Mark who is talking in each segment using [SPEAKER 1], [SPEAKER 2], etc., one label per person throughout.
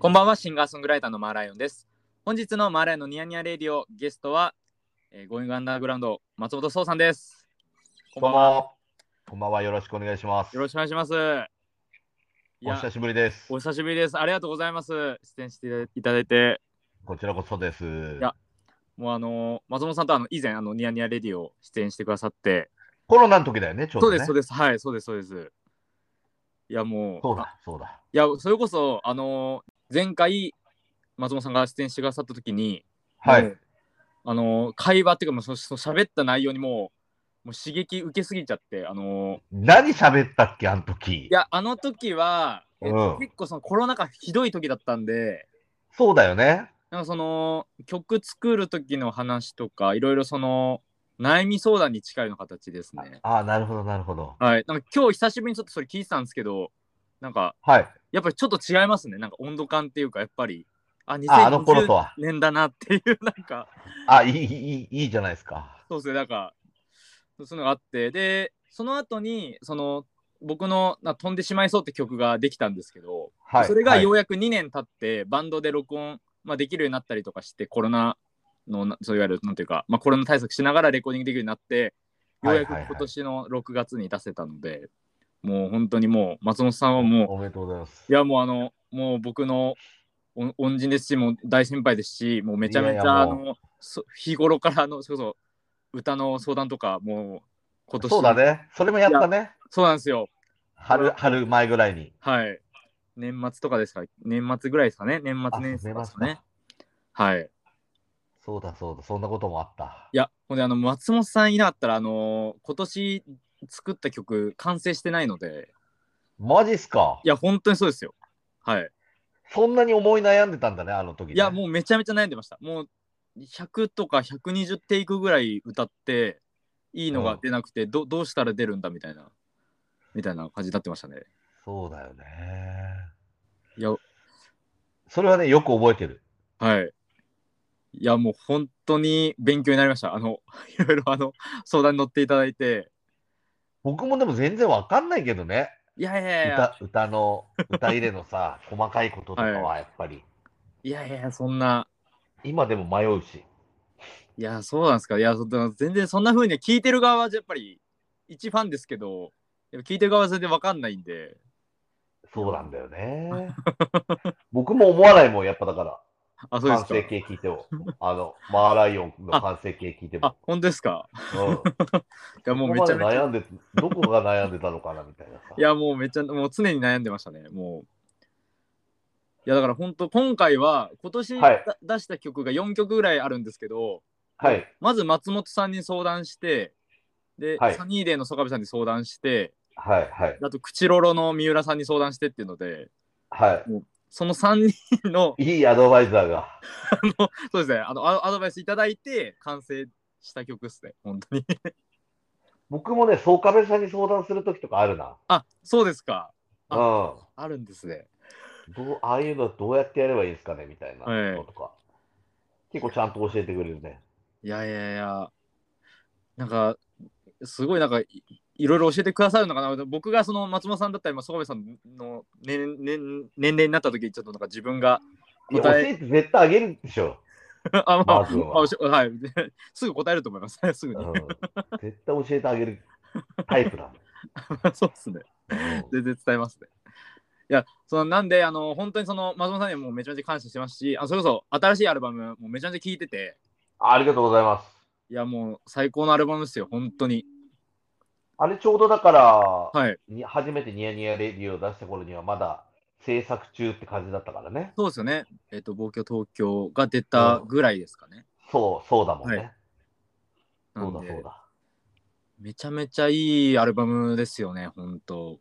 [SPEAKER 1] こんばんは、シンガーソングライターのマーライオンです。本日のマーライオンのニヤニヤレディオゲストは、えー、ゴーイングアンダーグラウンド松本壮さんです。こんば
[SPEAKER 2] こん
[SPEAKER 1] ん
[SPEAKER 2] ばん
[SPEAKER 1] は。
[SPEAKER 2] は。こんばんは。よろしくお願いします。
[SPEAKER 1] よろしくお願いします。い
[SPEAKER 2] お
[SPEAKER 1] や
[SPEAKER 2] 久しぶりです。
[SPEAKER 1] お久しぶりです。ありがとうございます。出演していただいて、
[SPEAKER 2] こちらこそです。
[SPEAKER 1] やもうあのー松本さんとあの以前あのニヤニヤレディオ出演してくださって、
[SPEAKER 2] コロナの時だよね、ちょう
[SPEAKER 1] そう
[SPEAKER 2] ど、
[SPEAKER 1] で
[SPEAKER 2] ね。
[SPEAKER 1] すそうですはいそうですそうです。いやもう
[SPEAKER 2] そう
[SPEAKER 1] あ
[SPEAKER 2] だ、そうだ。
[SPEAKER 1] いやそれこそあのー前回松本さんが出演してくださった時に、も
[SPEAKER 2] はい。
[SPEAKER 1] うあのー会話っていうかもうそそ喋った内容にもうもう刺激受けすぎちゃってあのー
[SPEAKER 2] 何喋ったっけ、あの時
[SPEAKER 1] い。やあの時は、えっと
[SPEAKER 2] うん
[SPEAKER 1] 結構そのコロナ禍ひどい時だったんで
[SPEAKER 2] そうだよね。
[SPEAKER 1] なんかその曲作る時の話とかいろいろその悩み相談に近いような形ですね。
[SPEAKER 2] ああ、なるほど、なるほど。
[SPEAKER 1] はい、なんか今日久しぶりにちょっとそれ聞いてたんですけどなんか
[SPEAKER 2] はい。
[SPEAKER 1] やっぱりちょっと違いますね。なんか温度感っていうか、やっぱり。あ、
[SPEAKER 2] ああの頃
[SPEAKER 1] 2020
[SPEAKER 2] とは。
[SPEAKER 1] 年だなっていう、なんか、
[SPEAKER 2] あ、いい、いい、いいじゃないですか。
[SPEAKER 1] そうですね、なんか、そういうのがあって、で、その後に、その、僕のな飛んでしまいそうって曲ができたんですけど、
[SPEAKER 2] はい。
[SPEAKER 1] それがよ
[SPEAKER 2] は
[SPEAKER 1] う
[SPEAKER 2] い
[SPEAKER 1] やく2年経って、バンドで録音、まあ、できるようになったりとかして、コロナの、なそういわゆる、なんていうか、まあ、コロナ対策しながらレコーディングできるようになって、ようやく
[SPEAKER 2] はいはいはい
[SPEAKER 1] 今年の6月に出せたので、もう本当にもう、松本さんはもう、
[SPEAKER 2] おめでとうございます。
[SPEAKER 1] いやもうあのもう僕のお恩人ですしもう大先輩ですしもうめちゃめちゃ
[SPEAKER 2] いやいや
[SPEAKER 1] あ
[SPEAKER 2] もう
[SPEAKER 1] のそ日頃からあのそれこそ歌の相談とかもう今年
[SPEAKER 2] そうだね。それもやったね。
[SPEAKER 1] そうなんですよ
[SPEAKER 2] 春、春前ぐらいに。
[SPEAKER 1] はい年末とかですか年末ぐらいですかね年末
[SPEAKER 2] あ
[SPEAKER 1] 年始
[SPEAKER 2] そう
[SPEAKER 1] ですか
[SPEAKER 2] 年末
[SPEAKER 1] ね
[SPEAKER 2] か
[SPEAKER 1] はい
[SPEAKER 2] そうだ、そうだ。そんなこともあった
[SPEAKER 1] い。やほんであの松本さんいなかったらあの今年作った曲完成してないので
[SPEAKER 2] マジっすか
[SPEAKER 1] い。や本当にそうですよはい
[SPEAKER 2] そんなに思い悩んでたんだね、あの時、ね。
[SPEAKER 1] いやもうめちゃめちゃ悩んでましたもう100とか120テイクぐらい歌っていいのが出なくて、どどうしたら出るんだみたいなみたいな感じになってましたね
[SPEAKER 2] そうだよね。
[SPEAKER 1] いや
[SPEAKER 2] それはね、よく覚えてる。
[SPEAKER 1] はいいやもう本当に勉強になりましたあの いろいろあの相談に乗っていただいて
[SPEAKER 2] 僕もでも全然わかんないけどね、
[SPEAKER 1] いやいやいや
[SPEAKER 2] 歌歌の歌入れのさ、 細かいこととかはやっぱり、
[SPEAKER 1] いやいやそんな
[SPEAKER 2] 今でも迷うし、
[SPEAKER 1] いやそうなんですかいやそ全然そんな風に聞いてる側はやっぱり一ファンですけどやっぱ聞いてる側は全然わかんないんで
[SPEAKER 2] そうなんだよ ね。僕も思わないもん、やっぱだから、
[SPEAKER 1] あそうで
[SPEAKER 2] 完
[SPEAKER 1] すか
[SPEAKER 2] 成形聞いても、あの、マーライオンの完成形聞いて
[SPEAKER 1] あ
[SPEAKER 2] も、
[SPEAKER 1] 本当ですか
[SPEAKER 2] うん、こ
[SPEAKER 1] いやも
[SPEAKER 2] こ
[SPEAKER 1] う
[SPEAKER 2] ま
[SPEAKER 1] めち
[SPEAKER 2] で
[SPEAKER 1] ゃめちゃ
[SPEAKER 2] 悩んで、どこが悩んでたのかなみたい なさ。
[SPEAKER 1] いやもうめっちゃもう常に悩んでましたねもういやだから本当今回は今年だ、
[SPEAKER 2] はい
[SPEAKER 1] 出した曲が4曲ぐらいあるんですけど
[SPEAKER 2] はい、
[SPEAKER 1] まず松本さんに相談してで、
[SPEAKER 2] はい
[SPEAKER 1] サニーデーの曽我部さんに相談して
[SPEAKER 2] はい、はい、
[SPEAKER 1] あとクチロロの三浦さんに相談してっていうので
[SPEAKER 2] は
[SPEAKER 1] その3人の
[SPEAKER 2] い。いいアドバイザーが。
[SPEAKER 1] そうですねあのアアドバイスいただいて完成した曲ですね本当に
[SPEAKER 2] 僕もね、そうかべさんに相談するときとかあるな。
[SPEAKER 1] あそうですか
[SPEAKER 2] う
[SPEAKER 1] あ
[SPEAKER 2] ん。
[SPEAKER 1] あるんですね
[SPEAKER 2] どうああいうのはどうやってやればいいんですかねみたいな
[SPEAKER 1] はい
[SPEAKER 2] のとか、結構ちゃんと教えてくれるね。
[SPEAKER 1] いやいやいや、なんか、すごいなんかい、いろいろ教えてくださるのかな。僕がその松本さんだったり、まあ曽我部さんの年年年齢になった時に、ちょっとなんか自分が
[SPEAKER 2] いや教
[SPEAKER 1] 答え
[SPEAKER 2] えて絶対あげるでしょ。
[SPEAKER 1] あ、 まあ、
[SPEAKER 2] マー君は
[SPEAKER 1] あおしはい、 すぐ答えると思います。 すぐ
[SPEAKER 2] う
[SPEAKER 1] に。
[SPEAKER 2] ん、絶対教えてあげるタイ プなの。
[SPEAKER 1] そうですね。
[SPEAKER 2] うん
[SPEAKER 1] 全然伝えますね。いや、そのなんで、あの、本当にその松本さんにはもうめちゃめちゃ感謝してますし、あそれこそ新しいアルバム、もうめちゃめちゃ聴いてて、
[SPEAKER 2] ありがとうございます。
[SPEAKER 1] いや、もう最高のアルバムですよ、本当に。
[SPEAKER 2] あれちょうどだから、
[SPEAKER 1] はい。
[SPEAKER 2] に初めてニヤニヤレディオを出した頃にはまだ制作中って感じだったからね。
[SPEAKER 1] そうですよね。えっ、と、望郷東京が出たぐらいですかね。
[SPEAKER 2] そう、そうだもんね。
[SPEAKER 1] はな
[SPEAKER 2] そうんだ
[SPEAKER 1] で
[SPEAKER 2] そうだ。
[SPEAKER 1] めちゃめちゃいいアルバムですよね、本当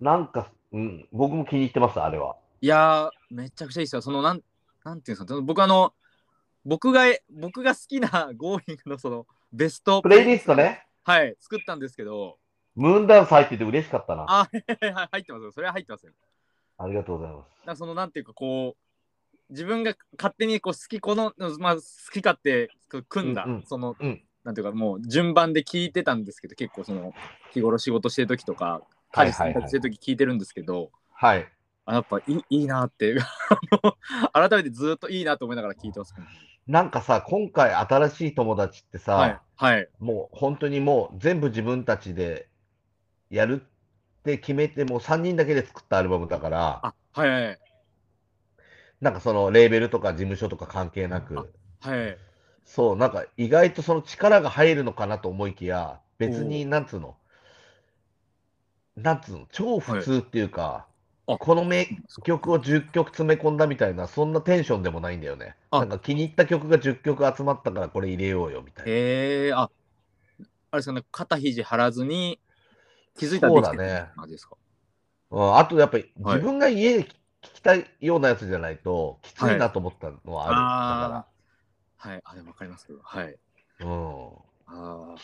[SPEAKER 2] なんか、うん、僕も気に入ってます、あれは。
[SPEAKER 1] いやー、めちゃくちゃいいですよ。その、なん、なんていうんですか、その僕あの、僕が、僕が好きな Going のその、ベスト
[SPEAKER 2] プレイリスト。ね、
[SPEAKER 1] はい、作ったんですけど、
[SPEAKER 2] ムーンダンス入ってて嬉しかったな。あ
[SPEAKER 1] あ、はいはい入ってますよ。それは入ってますよ。
[SPEAKER 2] りがとうございます。
[SPEAKER 1] なんかその、なんていうか、こう、自分が勝手にこう好きこの、まあ、好き勝手こう組んだ、
[SPEAKER 2] うんうん
[SPEAKER 1] その、
[SPEAKER 2] うん
[SPEAKER 1] なんていうか、もう順番で聞いてたんですけど、結構その、日頃仕事してる時とか、家事洗濯してる時聞いてるんですけど、
[SPEAKER 2] はい。
[SPEAKER 1] あやっぱいいいいなって いうあの改めてずっといいなと思いながら聞いてます、
[SPEAKER 2] なんかさ、今回新しい友達ってさ、
[SPEAKER 1] はいはい
[SPEAKER 2] もう本当にもう全部自分たちでやるって決めて、もう3人だけで作ったアルバムだから、
[SPEAKER 1] あはいはい
[SPEAKER 2] なんかそのレーベルとか事務所とか関係な
[SPEAKER 1] あ
[SPEAKER 2] く、
[SPEAKER 1] はい
[SPEAKER 2] そう、なんか意外とその力が入るのかなと思いきや、別になんつうの、なんつうの、超普通っていうか、
[SPEAKER 1] はいあ
[SPEAKER 2] この名曲を10曲詰め込んだみたいな、そんなテンションでもないんだよね。
[SPEAKER 1] あ
[SPEAKER 2] なんか気に入った曲が10曲集まったからこれ入れようよみたいな。
[SPEAKER 1] えー、ああれですかね肩肘張らずに気づいたらできて
[SPEAKER 2] そうだね
[SPEAKER 1] 感じですか
[SPEAKER 2] うん、あとやっぱり
[SPEAKER 1] はい
[SPEAKER 2] 自分が家で聞きたいようなやつじゃないときついなと思ったのはあ
[SPEAKER 1] あーはいあでもわかりますけどはい
[SPEAKER 2] る。だから、うん。
[SPEAKER 1] あー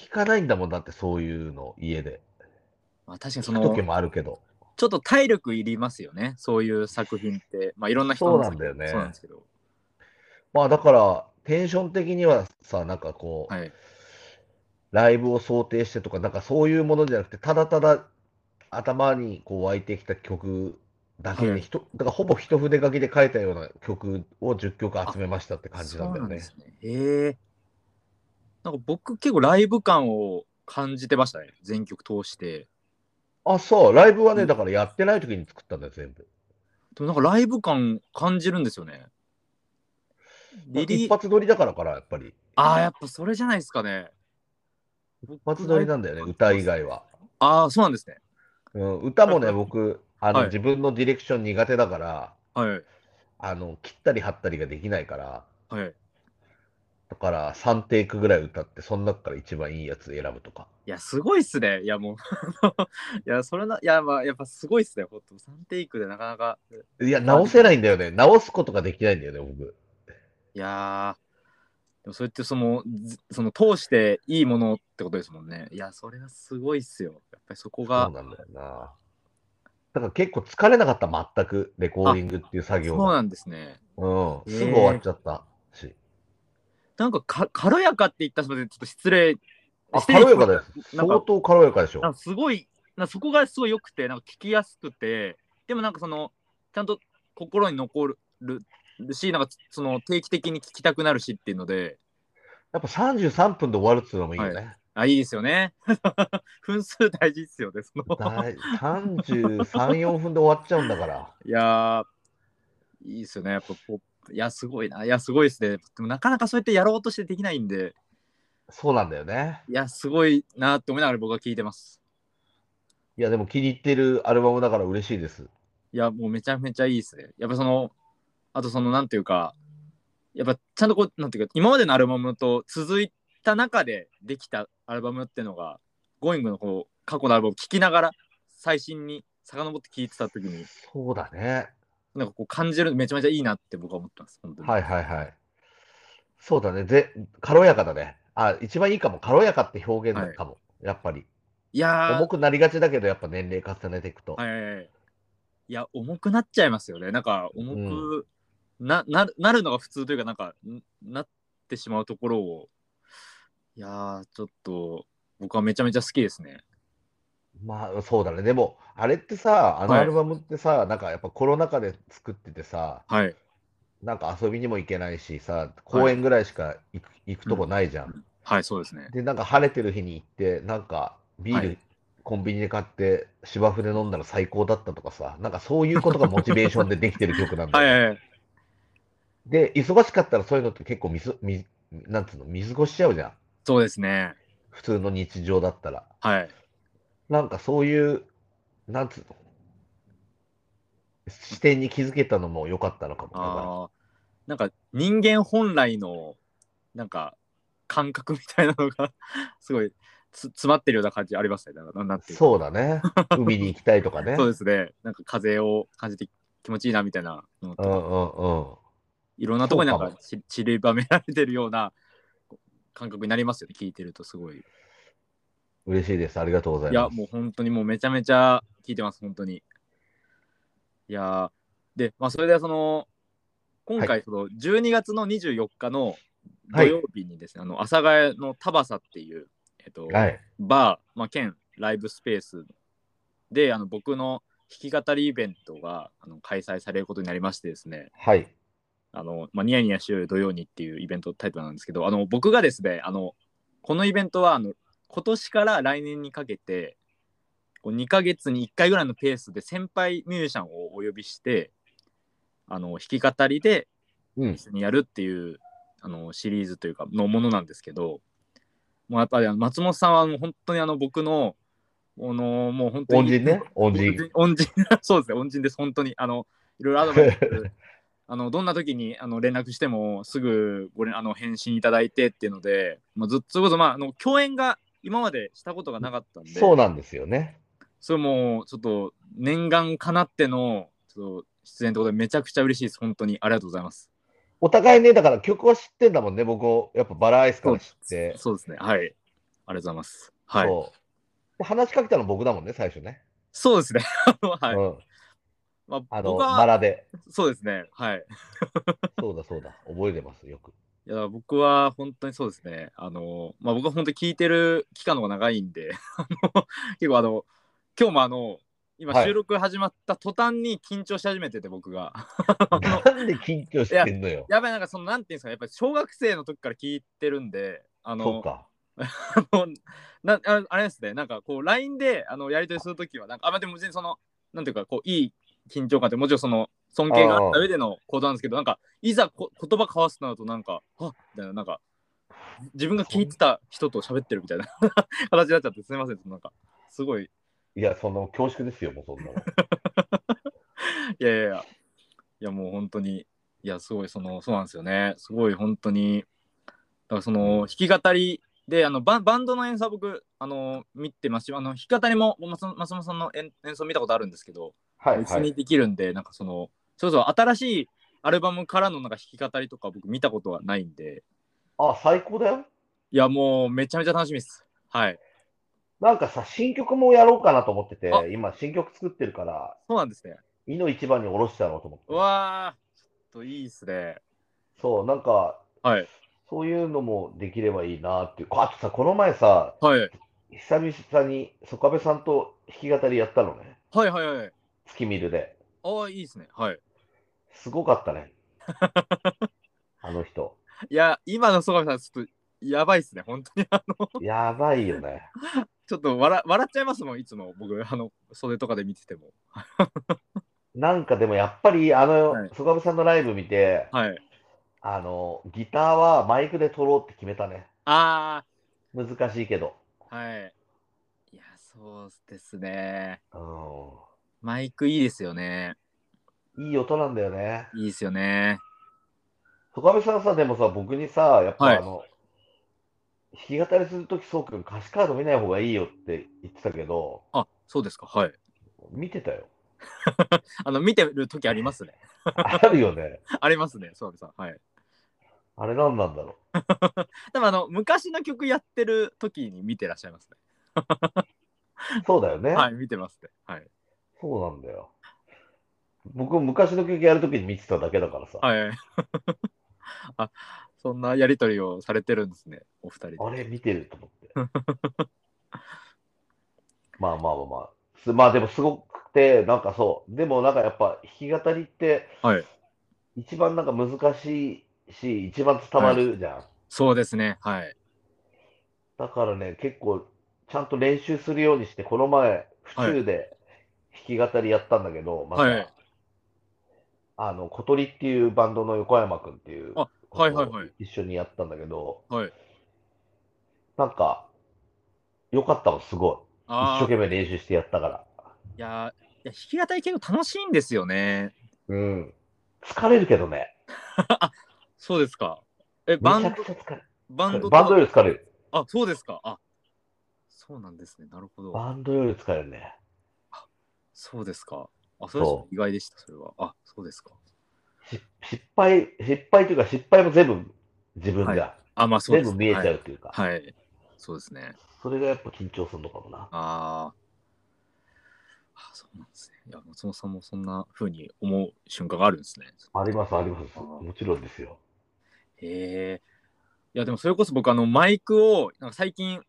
[SPEAKER 2] 聞かないんだもんだってそういうの家で。
[SPEAKER 1] まあ確かにそ
[SPEAKER 2] 聞く
[SPEAKER 1] の
[SPEAKER 2] 時もあるけど。
[SPEAKER 1] ちょっと体力いりますよねそういう作品ってまあいろんな人の作品
[SPEAKER 2] そうなんだよね
[SPEAKER 1] そうなんですけど
[SPEAKER 2] まあだからテンション的にはさ、なんかこう、
[SPEAKER 1] はい
[SPEAKER 2] ライブを想定してとか、なんかそういうものじゃなくて、ただただ頭にこう湧いてきた曲だけ
[SPEAKER 1] は
[SPEAKER 2] で、
[SPEAKER 1] い
[SPEAKER 2] ひとだからほぼ一筆書きで書いたような曲を10曲集めましたって感じなんだよね。
[SPEAKER 1] そうなんですねへえなんか僕結構ライブ感を感じてましたね全曲通して
[SPEAKER 2] あ、そう、ライブは
[SPEAKER 1] う
[SPEAKER 2] ね、
[SPEAKER 1] ん
[SPEAKER 2] だからやってない時に作ったんだよ、全部。
[SPEAKER 1] でもなんかライブ感感じるんですよねリリ
[SPEAKER 2] 一発撮りだからから、やっぱり。
[SPEAKER 1] ああやっぱそれじゃないですかね一
[SPEAKER 2] 一発撮りなんだよね、歌以外は。
[SPEAKER 1] ああそうなんですね
[SPEAKER 2] うん、歌もね、僕、あの、
[SPEAKER 1] はい
[SPEAKER 2] 自分のディレクション苦手だから、
[SPEAKER 1] はい
[SPEAKER 2] あの、切ったり貼ったりができないから、
[SPEAKER 1] はい
[SPEAKER 2] だから3テイクぐらい歌って、その中から一番いいやつ選ぶとか。
[SPEAKER 1] いやすごいっすねいやもう いやそれないやまあやっぱすごいっすねほんと3テイクでなかなか
[SPEAKER 2] いや、直せないんだよね。直すことができないんだよね、僕。
[SPEAKER 1] いやーでもそれってそのずその通していいものってことですもんねいやそれがすごいっすよやっぱりそこ
[SPEAKER 2] そ
[SPEAKER 1] が
[SPEAKER 2] うなんだよな。だから結構疲れなかった、全く、レコーディングっていう作業
[SPEAKER 1] そう
[SPEAKER 2] が。
[SPEAKER 1] なんですね。
[SPEAKER 2] うん、
[SPEAKER 1] へー
[SPEAKER 2] すぐ終わっちゃったし。
[SPEAKER 1] なんかか軽やかって言ったらすみませんちょっと失礼。
[SPEAKER 2] あ、
[SPEAKER 1] 失礼
[SPEAKER 2] 軽やか
[SPEAKER 1] しま
[SPEAKER 2] で
[SPEAKER 1] し
[SPEAKER 2] す。
[SPEAKER 1] なんか
[SPEAKER 2] 相当軽やかでしょ
[SPEAKER 1] た。なん。かすごい、なんかそこがすごい良くて、なんか聞きやすくて、でもなんかその、ちゃんと心に残るし、なんかその定期的に聞きたくなるしっていうので、
[SPEAKER 2] やっぱ33分で終わるっていうのもいいよね。
[SPEAKER 1] あ、いいですよね。 分数大事ですよね。その
[SPEAKER 2] だい33、4分 で終わっちゃうんだから。
[SPEAKER 1] いやー、いいですよね。やっぱこう、いや、すごいな。いや、すごいですね。でもなかなかそうやってやろうとしてできないんで、
[SPEAKER 2] そうなんだよね。
[SPEAKER 1] いや、すごいなって思いながら僕は聞いてます。
[SPEAKER 2] いや、でも気に入ってるアルバムだから嬉しいです。
[SPEAKER 1] いや、もうめちゃめちゃいいですね。やっぱその、あとその、なんていうか、やっぱちゃんとこう、なんていうか、今までのアルバムと続いた中でできたアルバムっていうのが、Going のこう、過去のアルバムを聴きながら、最新に遡って聴いてた時に、
[SPEAKER 2] そうだね。
[SPEAKER 1] なんかこう感じる、めちゃめちゃいいなって僕は思ってます、本当に。。
[SPEAKER 2] はいいはいはい。そうだね。ぜ軽やかだね。あ、一番いいかも。軽やかって表現かも。やっぱり。
[SPEAKER 1] いやー
[SPEAKER 2] 重、くなりがちだけど、やっぱ年齢重ねていくと。
[SPEAKER 1] はいはいはい。いや、重くなっちゃいますよね。なんか、重
[SPEAKER 2] う
[SPEAKER 1] くな,、なるなるのが普通というか、なんか、んなってしまうところを、いやー、ちょっと、僕はめちゃめちゃ好きですね。
[SPEAKER 2] まあ、そうだね。でも、あれってさ、あの
[SPEAKER 1] はい
[SPEAKER 2] アルバムってさ、なんかやっぱコロナ禍で作っててさ、
[SPEAKER 1] はい。
[SPEAKER 2] なんか遊びにも行けないしさ、公園ぐらいしか行く,、行くとこないじゃん。
[SPEAKER 1] はい、そうですね。
[SPEAKER 2] で、なんか晴れてる日に行って、なんかビール、
[SPEAKER 1] はい
[SPEAKER 2] コンビニで買って芝生で飲んだら最高だったとかさ、なんかそういうことがモチベーションでできてる曲なんだ
[SPEAKER 1] は
[SPEAKER 2] よ。
[SPEAKER 1] いはいはい。
[SPEAKER 2] で、忙しかったらそういうのって結構見す、見、なんつうの、見過ごしちゃうじゃん。
[SPEAKER 1] そうですね。
[SPEAKER 2] 普通の日常だったら。
[SPEAKER 1] はい。
[SPEAKER 2] なんかそういう、なんつうの、視点に気づけたのも良かったのかも。だか
[SPEAKER 1] ああ。なんか、人間本来の、なんか、感覚みたいなのが、 すごいつ、詰まってるような感じありますね。なんかなんていうか
[SPEAKER 2] らそうだね。海に行きたいとかね。
[SPEAKER 1] そうですね。なんか、風を感じて気持ちいいな、みたいなのと
[SPEAKER 2] うんうんうん。
[SPEAKER 1] いろんなとこになん
[SPEAKER 2] そ
[SPEAKER 1] か
[SPEAKER 2] うかも
[SPEAKER 1] ち 散りばめられてるようなこう感覚になりますよね、聞いてるとすごい。い
[SPEAKER 2] 嬉しいです。ありがとうござい
[SPEAKER 1] や、
[SPEAKER 2] ます。
[SPEAKER 1] もう本当にもうめちゃめちゃ聞いてます、本当に。いやーで、まあ、それでその、今
[SPEAKER 2] は
[SPEAKER 1] 回その、12月の24日の土
[SPEAKER 2] はい
[SPEAKER 1] 曜日にですね、あの、阿佐ヶ谷のタバサっていう、えっと、
[SPEAKER 2] はい。
[SPEAKER 1] バー、まあ、兼ライブスペースで、あの僕のき語りイベントがあの開催されることになりましてですね、
[SPEAKER 2] はい。
[SPEAKER 1] あの、まあ、ニヤニヤしようよ土曜にっていうイベントタイトルなんですけど、あの、僕がですね、あの、このイベントは、あの、今年から来年にかけて、こう2ヶ月に1回ぐらいのペースで先輩ミュージシャンをお呼びして、あの、弾き語りで
[SPEAKER 2] うん。
[SPEAKER 1] 一緒にやるっていう、あの、シリーズというか、のものなんですけど、もうやっぱりあの松本さんはあの本当にあの、僕の、あの、もう 本当
[SPEAKER 2] 恩
[SPEAKER 1] に。
[SPEAKER 2] 人ね。恩人。
[SPEAKER 1] 恩人、 恩人そうですね、恩人です、本当に。あの、いろいろアドバイ ス、あの、どんな時にあの連絡しても、すぐご連あの返信いただいてっていうので、もうずっと、それこそ、まあ、あの、共演が今までしたことがなかったんで、
[SPEAKER 2] そうなんですよね。
[SPEAKER 1] それも、ちょっと、念願かなっての、ちょっと、出演ってことで、めちゃくちゃ嬉しいです、本当に。ありがとうございます。
[SPEAKER 2] お互いね、だから曲は知ってんだもんね。僕を、やっぱバラアイスから知って。
[SPEAKER 1] そうですね、はい。ありがとうございます。はい。そう
[SPEAKER 2] そうで話しかけたの僕だもんね、最初ね。
[SPEAKER 1] ですね。 はい。
[SPEAKER 2] うん。
[SPEAKER 1] まあ、
[SPEAKER 2] あの、
[SPEAKER 1] 僕
[SPEAKER 2] バ
[SPEAKER 1] は、
[SPEAKER 2] ラで。
[SPEAKER 1] そうですね、はい。
[SPEAKER 2] そうだそうだ。覚えてます、よく。
[SPEAKER 1] いや僕は本当にそうですね。あの、まあ、僕は本当に聞いてる期間の方が長いんで、 あの結構あの、今日もあの、今
[SPEAKER 2] はい
[SPEAKER 1] 収録始まった途端に緊張し始めてて、僕が。
[SPEAKER 2] なんで緊張してんのよ。
[SPEAKER 1] やばい、なんかその、なんていうんですか、やっぱり小学生の時から聞いてるんで、あ
[SPEAKER 2] そ
[SPEAKER 1] の
[SPEAKER 2] う、か。
[SPEAKER 1] あのな ああれですね、なんかこう、LINE であのやり取りするときは、なんか、あ、まあ、でも別にその、なんていうか、こう、いい緊張感って、もちろんその、尊敬があった上でのことなんですけど、なんか、いざこ言葉交わすとなると、なんか、あみたいな、なんか、自分が聞いてた人と喋ってるみたいな 形になっちゃって、すみません、なんか、すごい、
[SPEAKER 2] いや、その恐縮ですよ、もうそんなの。
[SPEAKER 1] いやいやいや、いやもう本当に、いや、すごい、その、そうなんですよね。すごい、本当に、だからその、弾き語りで、あのバンバンドの演奏は僕、あの、見てますし、あの、弾き語りも松松本さんの演演奏見たことあるんですけど、
[SPEAKER 2] はい、
[SPEAKER 1] 別
[SPEAKER 2] は
[SPEAKER 1] に
[SPEAKER 2] い。
[SPEAKER 1] できるんで、なんかその、それこそ新しいアルバムからのなんか弾き語りとか僕見たことはないんで、
[SPEAKER 2] あ、最高だよ。
[SPEAKER 1] いや、もうめちゃめちゃ楽しみです。はい。
[SPEAKER 2] なんかさ、新曲もやろうかなと思ってて
[SPEAKER 1] あ、
[SPEAKER 2] 今、新曲作ってるから、
[SPEAKER 1] そうなんですね。
[SPEAKER 2] いの一番に下ろしてやろうと思
[SPEAKER 1] う
[SPEAKER 2] って。
[SPEAKER 1] わー、ちょっといいですね。
[SPEAKER 2] そう、なんか、
[SPEAKER 1] はい。
[SPEAKER 2] そういうのもできればいいなっていう。あとさ、この前さ、
[SPEAKER 1] はい。
[SPEAKER 2] 久々にソカベさんと弾き語りやったのね。
[SPEAKER 1] はいはいはい。
[SPEAKER 2] 月見るで。
[SPEAKER 1] ああ、いいですね。はい。
[SPEAKER 2] すごかっ たね。あの人。
[SPEAKER 1] いや、今の曽我さん、ちょっとやばいっすね、本当に。 あの
[SPEAKER 2] やばいよね。
[SPEAKER 1] ちょっと笑笑っちゃいますもん、いつも僕、あの袖とかで見てても。
[SPEAKER 2] なんかでもやっぱり、あの
[SPEAKER 1] はい、
[SPEAKER 2] ソカベさんのライブ見て、
[SPEAKER 1] はい。
[SPEAKER 2] あの、ギターはマイクで撮ろうって決めたね。
[SPEAKER 1] あ
[SPEAKER 2] 難しいけど。
[SPEAKER 1] あ、はい。いや、そうですね。
[SPEAKER 2] う
[SPEAKER 1] マイクいいですよね。
[SPEAKER 2] ん。いい音なんだよね。
[SPEAKER 1] いいですよね。
[SPEAKER 2] ソカベさんさ、でもさ、僕にさ、やっぱ
[SPEAKER 1] はい
[SPEAKER 2] あの、弾き語りするとき、そうくん、歌詞カード見ない方がいいよって言ってたけど、
[SPEAKER 1] あ、そうですか。はい。
[SPEAKER 2] 見てたよ。
[SPEAKER 1] あの、見てる時ありますね。
[SPEAKER 2] あるよね。
[SPEAKER 1] ありますね、曽我さん。はい。
[SPEAKER 2] あれなんなんだろ
[SPEAKER 1] 多分あの、昔の曲やってる時に見てらっしゃいます
[SPEAKER 2] う。そうだよね。
[SPEAKER 1] ね。はい、見てますね。はい。
[SPEAKER 2] そうなんだよ。僕、昔の曲やるときに見てただけだからさ。
[SPEAKER 1] はい。 あ、そんなやりとりをされてるんですね、お二人で。
[SPEAKER 2] あれ見てると思って。 まあまあまあまあ。すまあでもすごくて、なんかそう。でもなんかやっぱ弾き語りって、
[SPEAKER 1] はい
[SPEAKER 2] 一番なんか難しいし、一番伝わるじゃん。
[SPEAKER 1] そうですね、はい。
[SPEAKER 2] だからね、結構ちゃんと練習するようにして、この前、府中で弾き語りやったんだけど、また、
[SPEAKER 1] はい
[SPEAKER 2] あの、小鳥っていうバンドの横山くんっていう
[SPEAKER 1] あ
[SPEAKER 2] 子
[SPEAKER 1] はいはいはい
[SPEAKER 2] と一緒にやったんだけど、
[SPEAKER 1] はい
[SPEAKER 2] なんか、良かったもん、すごい。一
[SPEAKER 1] ああ、
[SPEAKER 2] 生
[SPEAKER 1] い
[SPEAKER 2] 懸命練習してやったから。
[SPEAKER 1] やー、いや弾き語り結構楽しいんですよね。
[SPEAKER 2] うん。疲れるけどね。
[SPEAKER 1] そうですか。え、
[SPEAKER 2] め
[SPEAKER 1] バ
[SPEAKER 2] ちゃ
[SPEAKER 1] ン
[SPEAKER 2] く
[SPEAKER 1] ド、
[SPEAKER 2] ちゃ疲れる。
[SPEAKER 1] バンドと
[SPEAKER 2] バンドより疲れる。
[SPEAKER 1] あ、そうですか。あ、そうなんですね。なるほど。
[SPEAKER 2] バンドより疲れるね。
[SPEAKER 1] そうですか。あ、それはちょっと意外でした、それは。あ、そうですか。
[SPEAKER 2] し失敗、失敗というか、失敗も全部自分じゃん。
[SPEAKER 1] あ、まあそうで
[SPEAKER 2] 全部
[SPEAKER 1] す
[SPEAKER 2] 見
[SPEAKER 1] ね。
[SPEAKER 2] えちゃうというか。
[SPEAKER 1] はい。はい。そうですね。
[SPEAKER 2] それがやっぱ緊張するのかもな。
[SPEAKER 1] あーあ、そうなんですね。いや、松本さんもそんな風に思う瞬間があるんですね。
[SPEAKER 2] あります、あります。
[SPEAKER 1] あー
[SPEAKER 2] もちろんですよ。
[SPEAKER 1] へえ。いや、でもそれこそ僕、あの、マイクを、なんか最近、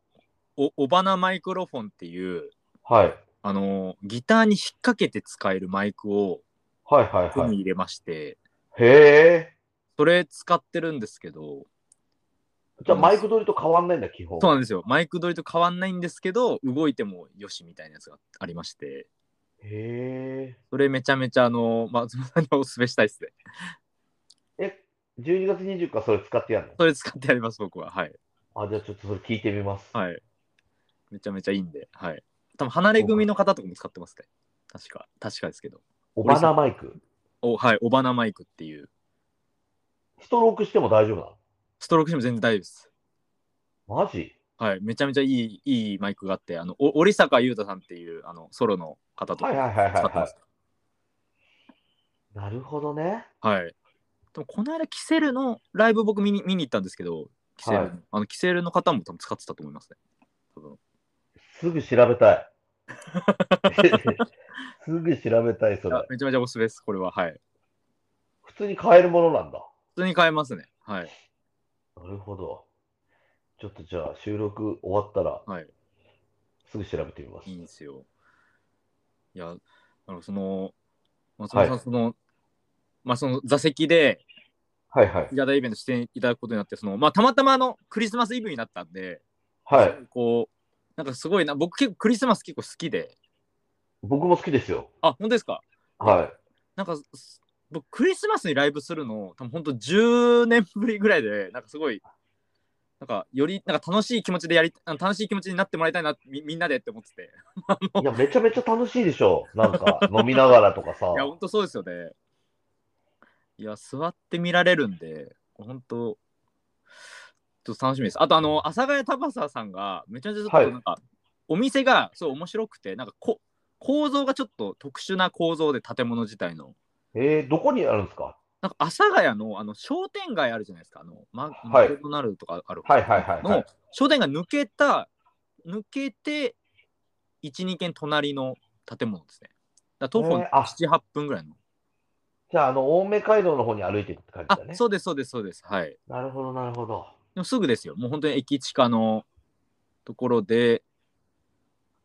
[SPEAKER 1] お、おばなマイクロフォンっていう、
[SPEAKER 2] はい。
[SPEAKER 1] あのギターに引っ掛けて使えるマイクを
[SPEAKER 2] はいはい
[SPEAKER 1] 手
[SPEAKER 2] は
[SPEAKER 1] に
[SPEAKER 2] い。
[SPEAKER 1] 入れまして、
[SPEAKER 2] へえ。
[SPEAKER 1] それ使ってるんですけど、
[SPEAKER 2] じゃあマイク取りと変わんないんだ、基本。
[SPEAKER 1] そうなんですよ。マイク取りと変わんないんですけど、動いてもよしみたいなやつがありまして、
[SPEAKER 2] へ
[SPEAKER 1] それめちゃめちゃ、あの、松本さんにお勧めしたいですね。
[SPEAKER 2] え。え、12月20日それ使ってやる
[SPEAKER 1] それ使ってやります、僕は。はい。
[SPEAKER 2] のあ、じゃあちょっとそれ聞いてみます。
[SPEAKER 1] はい。めちゃめちゃいいんで、はい。多分離れ組の方とかも使ってますね。確か、確かですけど。
[SPEAKER 2] オバナマイク。
[SPEAKER 1] お、はい。オバナマイクっていう。
[SPEAKER 2] ストロークしても大丈夫な
[SPEAKER 1] ストロークしても全然大丈夫です。
[SPEAKER 2] のマジ
[SPEAKER 1] はい。めちゃめちゃいい、いいマイクがあって、あの、お折坂優太さんっていう、あの、ソロの方と
[SPEAKER 2] はい
[SPEAKER 1] か
[SPEAKER 2] はいはいはい、
[SPEAKER 1] 使ってま
[SPEAKER 2] は
[SPEAKER 1] す。
[SPEAKER 2] い。なるほどね。
[SPEAKER 1] はい。でもこの間、キセルのライブ僕見に見に行ったんですけど、キセルの,、
[SPEAKER 2] はい
[SPEAKER 1] あのキセルの方も多分使ってたと思いますね。多分
[SPEAKER 2] すぐ調べたい。 すぐ調べたい、そ
[SPEAKER 1] あ
[SPEAKER 2] れ。
[SPEAKER 1] めちゃめちゃおすすめです、これは。はい。
[SPEAKER 2] 普通に買えるものなんだ。
[SPEAKER 1] 普通に買えますね。はい。
[SPEAKER 2] なるほど。ちょっとじゃあ収録終わったら、
[SPEAKER 1] はい
[SPEAKER 2] すぐ調べてみます
[SPEAKER 1] いい。んですよ。いや、あのその、松本さん、
[SPEAKER 2] はい
[SPEAKER 1] その、まあ、その座席で、
[SPEAKER 2] はいはい。
[SPEAKER 1] ギャダイベントしていただくことになって、その、まあ、たまたまあのクリスマスイブになったんで、
[SPEAKER 2] はい。
[SPEAKER 1] こう、なんかすごいな、僕結構クリスマス結構好きで、
[SPEAKER 2] 僕も好きですよ。
[SPEAKER 1] あ、本当ですか
[SPEAKER 2] は
[SPEAKER 1] なんかす僕クリスマスにライブするの多分本当10年ぶりぐらいでなんかすごいなんかよりなんか楽しい気持ちでやりあの楽しい気持ちになってもらいたいなみみんなでって思ってて
[SPEAKER 2] い。いや、めちゃめちゃ楽しいでしょ。なん か、飲みながらとかさ
[SPEAKER 1] い。や本当そうですよねいや座って見られるんで本当ちょっと楽しみですあとあの阿佐ヶ谷タバサさんがめちゃめちゃちょっとなんか、お店がそう面白くてなんかこ構造がちょっと特殊な構造で建物自体の
[SPEAKER 2] えー、どこにあるんですか
[SPEAKER 1] なんか阿佐ヶ谷のあの商店街あるじゃないですか、あのマ
[SPEAKER 2] はい
[SPEAKER 1] マクドナルドとかある、
[SPEAKER 2] はいはいはい、は
[SPEAKER 1] の
[SPEAKER 2] い。
[SPEAKER 1] 商店街抜けた、抜けて、1、2軒隣の建物ですね。だから徒歩
[SPEAKER 2] えーあ
[SPEAKER 1] 7、8分ぐらいの。
[SPEAKER 2] じゃあ、あの、青梅街道の方に歩いてるって感じ
[SPEAKER 1] あ
[SPEAKER 2] だね。
[SPEAKER 1] そうです、そうです、そうです。はい。
[SPEAKER 2] なるほど、なるほど。
[SPEAKER 1] でもすぐですよ、もう本当に駅近のところで、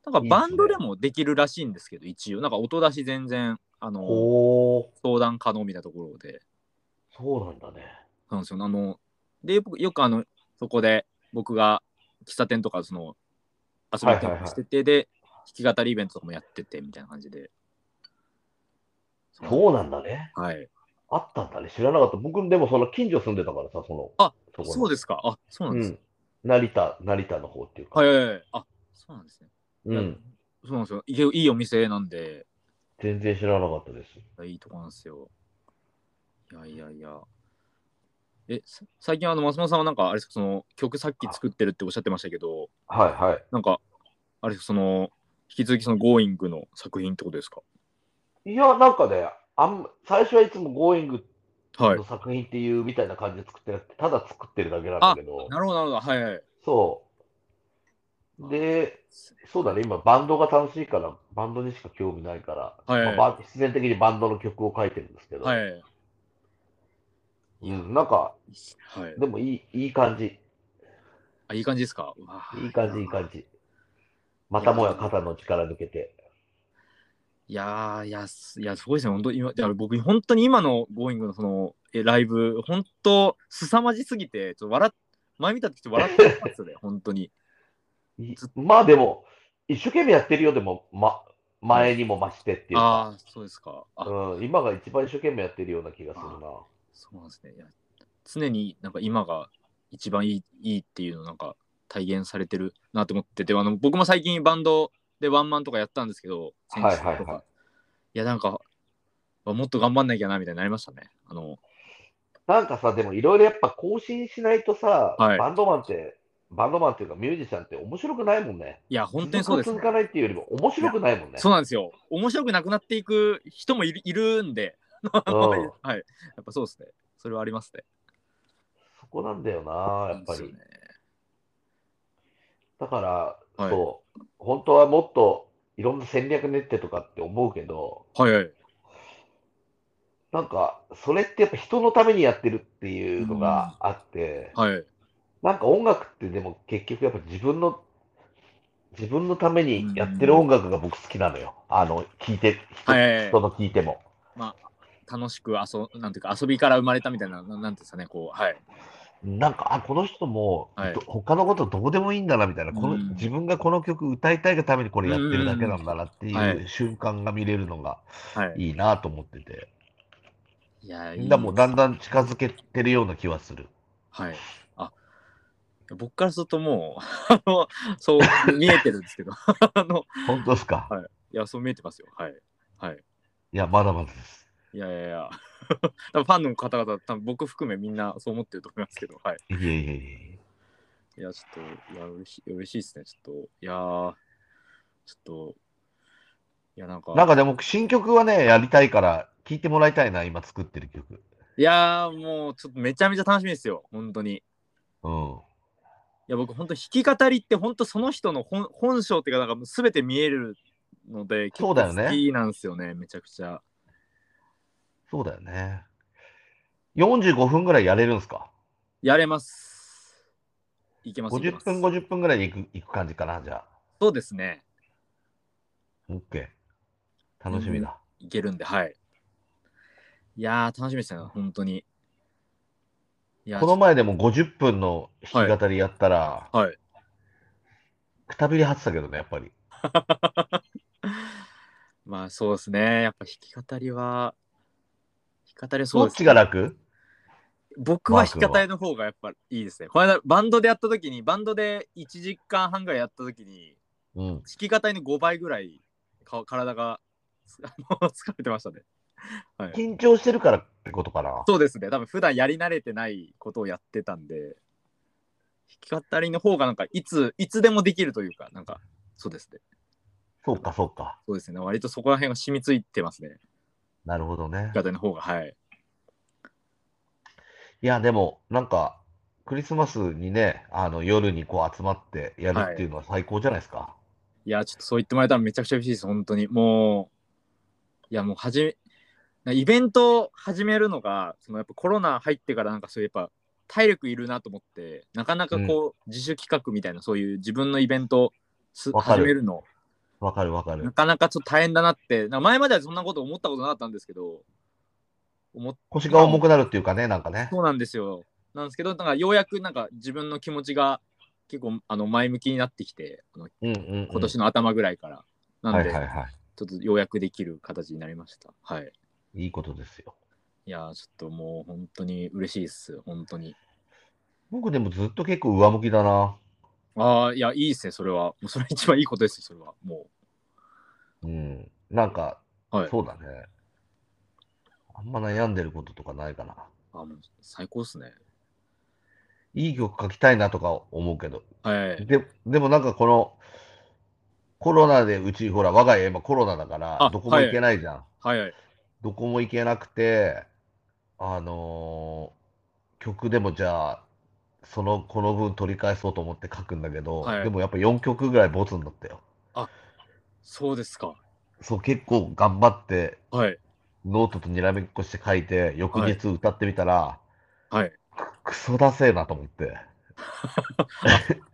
[SPEAKER 1] なんか
[SPEAKER 2] いいですね
[SPEAKER 1] バンドでもできるらしいんですけど、一応、なんか音出し全然、あの、
[SPEAKER 2] おー、
[SPEAKER 1] 相談可能みたいなところで。
[SPEAKER 2] そうなんだね。
[SPEAKER 1] なんですよね。あの、で、僕よくあの、そこで僕が喫茶店とか、その、遊びに行ったりとかしてて、で、弾き語りイベントとかもやっててみたいな感じで。
[SPEAKER 2] そうなんだね。
[SPEAKER 1] はい。
[SPEAKER 2] あったんだね。知らなかった。僕、でもその近所住んでたからさ、その、
[SPEAKER 1] あ
[SPEAKER 2] ところ
[SPEAKER 1] そうですか。あ、そうなん
[SPEAKER 2] う
[SPEAKER 1] です、
[SPEAKER 2] ん。成田、成田の方っていうか。
[SPEAKER 1] はいはいはい。あ、そうなんですね。
[SPEAKER 2] う
[SPEAKER 1] いや
[SPEAKER 2] ん。
[SPEAKER 1] そうなんですよ。いいいいお店なんで、
[SPEAKER 2] 全然知らなかったです。
[SPEAKER 1] いいとこなんですよ。いやいやいや。え、さ最近あの、松本さんはなんか、あれですか、その、曲さっき作ってるっておっしゃってましたけど、
[SPEAKER 2] はいはい。
[SPEAKER 1] なんか、あれですか、その、引き続きその、Going の作品ってことですか
[SPEAKER 2] いや、なんかね、あんま最初はいつも Going
[SPEAKER 1] はい。
[SPEAKER 2] の作品っていうみたいな感じで作ってなくて、ただ作ってるだけなんだけど、
[SPEAKER 1] なるほど、なるほど。はいはい。
[SPEAKER 2] そう。で、そうだね、今バンドが楽しいから、バンドにしか興味ないから、
[SPEAKER 1] はい
[SPEAKER 2] まあバン必然的にバンドの曲を書いてるんですけど、
[SPEAKER 1] はい。はい。
[SPEAKER 2] うん、なんか、
[SPEAKER 1] はい、
[SPEAKER 2] でもいいいい感じ、
[SPEAKER 1] あいい感じですかうわ
[SPEAKER 2] いい感じ、いい感じ。またもや肩の力抜けて。
[SPEAKER 1] いやー、いや、すいや、すごいですね。本当今、いや僕、本当に今の Going のその、え、ライブ、本当凄まじすぎて、ちょっと笑っ、前見た時ちょっと笑ってたんですよね、本当に。
[SPEAKER 2] いまあでも、一生懸命やってるよでも、ま、前にも増してっていうか、
[SPEAKER 1] ああ、そうですか。あ、
[SPEAKER 2] うん、今が一番一生懸命やってるような気がするな。
[SPEAKER 1] そうなんですね。いや、常になんか今が一番いいいいっていうのをなんか体現されてるなと思ってて、あの僕も最近バンドでワンマンとかやったんですけど、先日とか。
[SPEAKER 2] はい
[SPEAKER 1] い
[SPEAKER 2] はいはい
[SPEAKER 1] や、なんか、もっと頑張んなきゃなみたいになりましたね。あの、
[SPEAKER 2] なんかさ、でもいろいろやっぱ更新しないとさ、
[SPEAKER 1] はい
[SPEAKER 2] バンドマンって、バンドマンっていうかミュージシャンって面白くないもんね。
[SPEAKER 1] いや、本当にそうです、
[SPEAKER 2] 続
[SPEAKER 1] ね
[SPEAKER 2] く。続かないっていうよりも面白くないもんね。
[SPEAKER 1] そうなんですよ。面白くなくなっていく人もいるいるんで、はい。
[SPEAKER 2] うん
[SPEAKER 1] やっぱそうですね。それはありますね。
[SPEAKER 2] そこなんだよな、やっぱ
[SPEAKER 1] そうで
[SPEAKER 2] り。
[SPEAKER 1] すよね
[SPEAKER 2] だから、
[SPEAKER 1] はい
[SPEAKER 2] そう、本当はもっといろんな戦略練ってとかって思うけど、
[SPEAKER 1] はいはい。
[SPEAKER 2] なんか、それってやっぱ人のためにやってるっていうのがあって、
[SPEAKER 1] はい。
[SPEAKER 2] なんか音楽ってでも結局やっぱ自分の自分のためにやってる音楽が僕好きなのよ。あの、聞いて、人,、
[SPEAKER 1] はいはいは
[SPEAKER 2] の聞いても。
[SPEAKER 1] い、楽しく遊なんていうか遊びから生まれたみたいな、ななんていうんですかね、こう、はい。
[SPEAKER 2] なんか、あ、この人も、
[SPEAKER 1] はい
[SPEAKER 2] ど他のことどうでもいいんだな、みたいな。この
[SPEAKER 1] うん
[SPEAKER 2] 自分がこの曲歌いたいがためにこれやってるだけなんだなって
[SPEAKER 1] うんうんうん
[SPEAKER 2] い
[SPEAKER 1] は
[SPEAKER 2] う瞬間が見れるのが
[SPEAKER 1] はい、
[SPEAKER 2] いいなと思ってて。
[SPEAKER 1] いや、い
[SPEAKER 2] み
[SPEAKER 1] い
[SPEAKER 2] んなもうだんだん近づけてるような気はする。
[SPEAKER 1] はい。あ僕からするともう、 あの、そう見えてるんですけど、 あの、
[SPEAKER 2] 本当ですか
[SPEAKER 1] は。いや、そう見えてますよ。はい。はい。
[SPEAKER 2] いや、まだまだです。
[SPEAKER 1] いやいやいや、 多分ファンの方々、多分僕含めみんなそう思ってると思いますけど、はい。
[SPEAKER 2] いえいえいえ。
[SPEAKER 1] いや、ちょっと、いや、嬉しい、嬉しいですね。ちょっと、いやー、ちょっと、いや、なんか、
[SPEAKER 2] なんかでも新曲はね、やりたいから、聴いてもらいたいな、今作ってる曲。
[SPEAKER 1] いやー、もう、ちょっとめちゃめちゃ楽しみですよ、本当に。い
[SPEAKER 2] うん。
[SPEAKER 1] や、僕、本当、弾き語りって、本当、その人の本本性っていうか、なんか、すべて見えるので、結
[SPEAKER 2] そ
[SPEAKER 1] 構
[SPEAKER 2] うだよね
[SPEAKER 1] 好きなんですよね、めちゃくちゃ。
[SPEAKER 2] そうだよね。45分ぐらいやれるんですか
[SPEAKER 1] やれます。いけます、いけ
[SPEAKER 2] ?50
[SPEAKER 1] ます。
[SPEAKER 2] 分、50分ぐらいでいくいく感じかな、じゃあ。
[SPEAKER 1] そうですね、
[SPEAKER 2] OK。楽しみだ。
[SPEAKER 1] いけるんで、はい。いやー、楽しみですね、本当に。いやー
[SPEAKER 2] この前でも50分の弾き語りやったら、
[SPEAKER 1] はいはい
[SPEAKER 2] くたびれ張ってたけどね、やっぱり。
[SPEAKER 1] まあそうですね。やっぱ弾き語りは、弾き語りはそう
[SPEAKER 2] ど
[SPEAKER 1] で
[SPEAKER 2] っ
[SPEAKER 1] す、
[SPEAKER 2] ち
[SPEAKER 1] ね
[SPEAKER 2] が。楽
[SPEAKER 1] 僕は弾き語りの方がやっぱいいですね。この間バンドでやった時に、バンドで1時間半ぐらいやった時に、
[SPEAKER 2] うん。
[SPEAKER 1] 弾き語りの5倍ぐらいか体が あの疲れてましたね。
[SPEAKER 2] 緊張してるからってことかな。
[SPEAKER 1] そうですね。多分普段やり慣れてないことをやってたんで、弾き語りの方がなんかいつ、いつでもできるというか、なんかそうですね。
[SPEAKER 2] そうか、そうか。
[SPEAKER 1] そうですね。割とそこら辺が染みついてますね。
[SPEAKER 2] なるほどね
[SPEAKER 1] 弾き。語りの方が。はい。
[SPEAKER 2] いや、でも、なんか、クリスマスにね、あの夜にこう集まってやるっていうのは最高じゃないですか。
[SPEAKER 1] いや、ちょっとそう言ってもらえたらめちゃくちゃ嬉しいです、本当に。もう、いや、もうはじめ、イベントを始めるのが、そのやっぱコロナ入ってからなんかそういうやっぱ体力いるなと思って、なかなかこう、自主企画みたいな、そういう自分のイベントをす
[SPEAKER 2] わか
[SPEAKER 1] 始
[SPEAKER 2] る
[SPEAKER 1] めるの、
[SPEAKER 2] わ、かるわか
[SPEAKER 1] な
[SPEAKER 2] る。
[SPEAKER 1] かなかちょっと大変だなって、なんか前まではそんなこと思ったことなかったんですけど、思っ
[SPEAKER 2] 腰が重くなるっていうかね、なんかね。
[SPEAKER 1] そうなんですよ。なんですけど、なんかようやくなんか自分の気持ちが結構あの前向きになってきて、あの
[SPEAKER 2] うんうん、うん。
[SPEAKER 1] 今年の頭ぐらいから。な
[SPEAKER 2] は
[SPEAKER 1] んで、
[SPEAKER 2] いはいは
[SPEAKER 1] ちょっと要約できる形になりました。はい。
[SPEAKER 2] い。いいことですよ。
[SPEAKER 1] いやー、ちょっともう本当に嬉しいです。本当に。
[SPEAKER 2] 僕でもずっと結構上向きだな。
[SPEAKER 1] ああ、いや、いいですね、それは。もうそれ一番いいことですよ、それは。も
[SPEAKER 2] うん。なんか、
[SPEAKER 1] う。はい。
[SPEAKER 2] そうだね。あんま悩んでることとかないかな。
[SPEAKER 1] あもう最高ですね。
[SPEAKER 2] いい曲書きたいなとか思うけど。
[SPEAKER 1] はい。
[SPEAKER 2] ででもなんかこの、コロナでうち、ほら、我が家今コロナだか
[SPEAKER 1] あ
[SPEAKER 2] ら、どこも
[SPEAKER 1] はい
[SPEAKER 2] 行けないじゃん。
[SPEAKER 1] はいはい。
[SPEAKER 2] どこも行けなくて、あのー曲でもじゃあ、その、この分取り返そうと思って書くんだけど、
[SPEAKER 1] はい
[SPEAKER 2] でもやっぱ4曲ぐらいボツになったよ。
[SPEAKER 1] そうですか。
[SPEAKER 2] そう、結構頑張って、
[SPEAKER 1] はい。
[SPEAKER 2] ノートとにらめっこして書いて、翌日歌ってみたら、
[SPEAKER 1] はい。
[SPEAKER 2] クソだせえなと思って。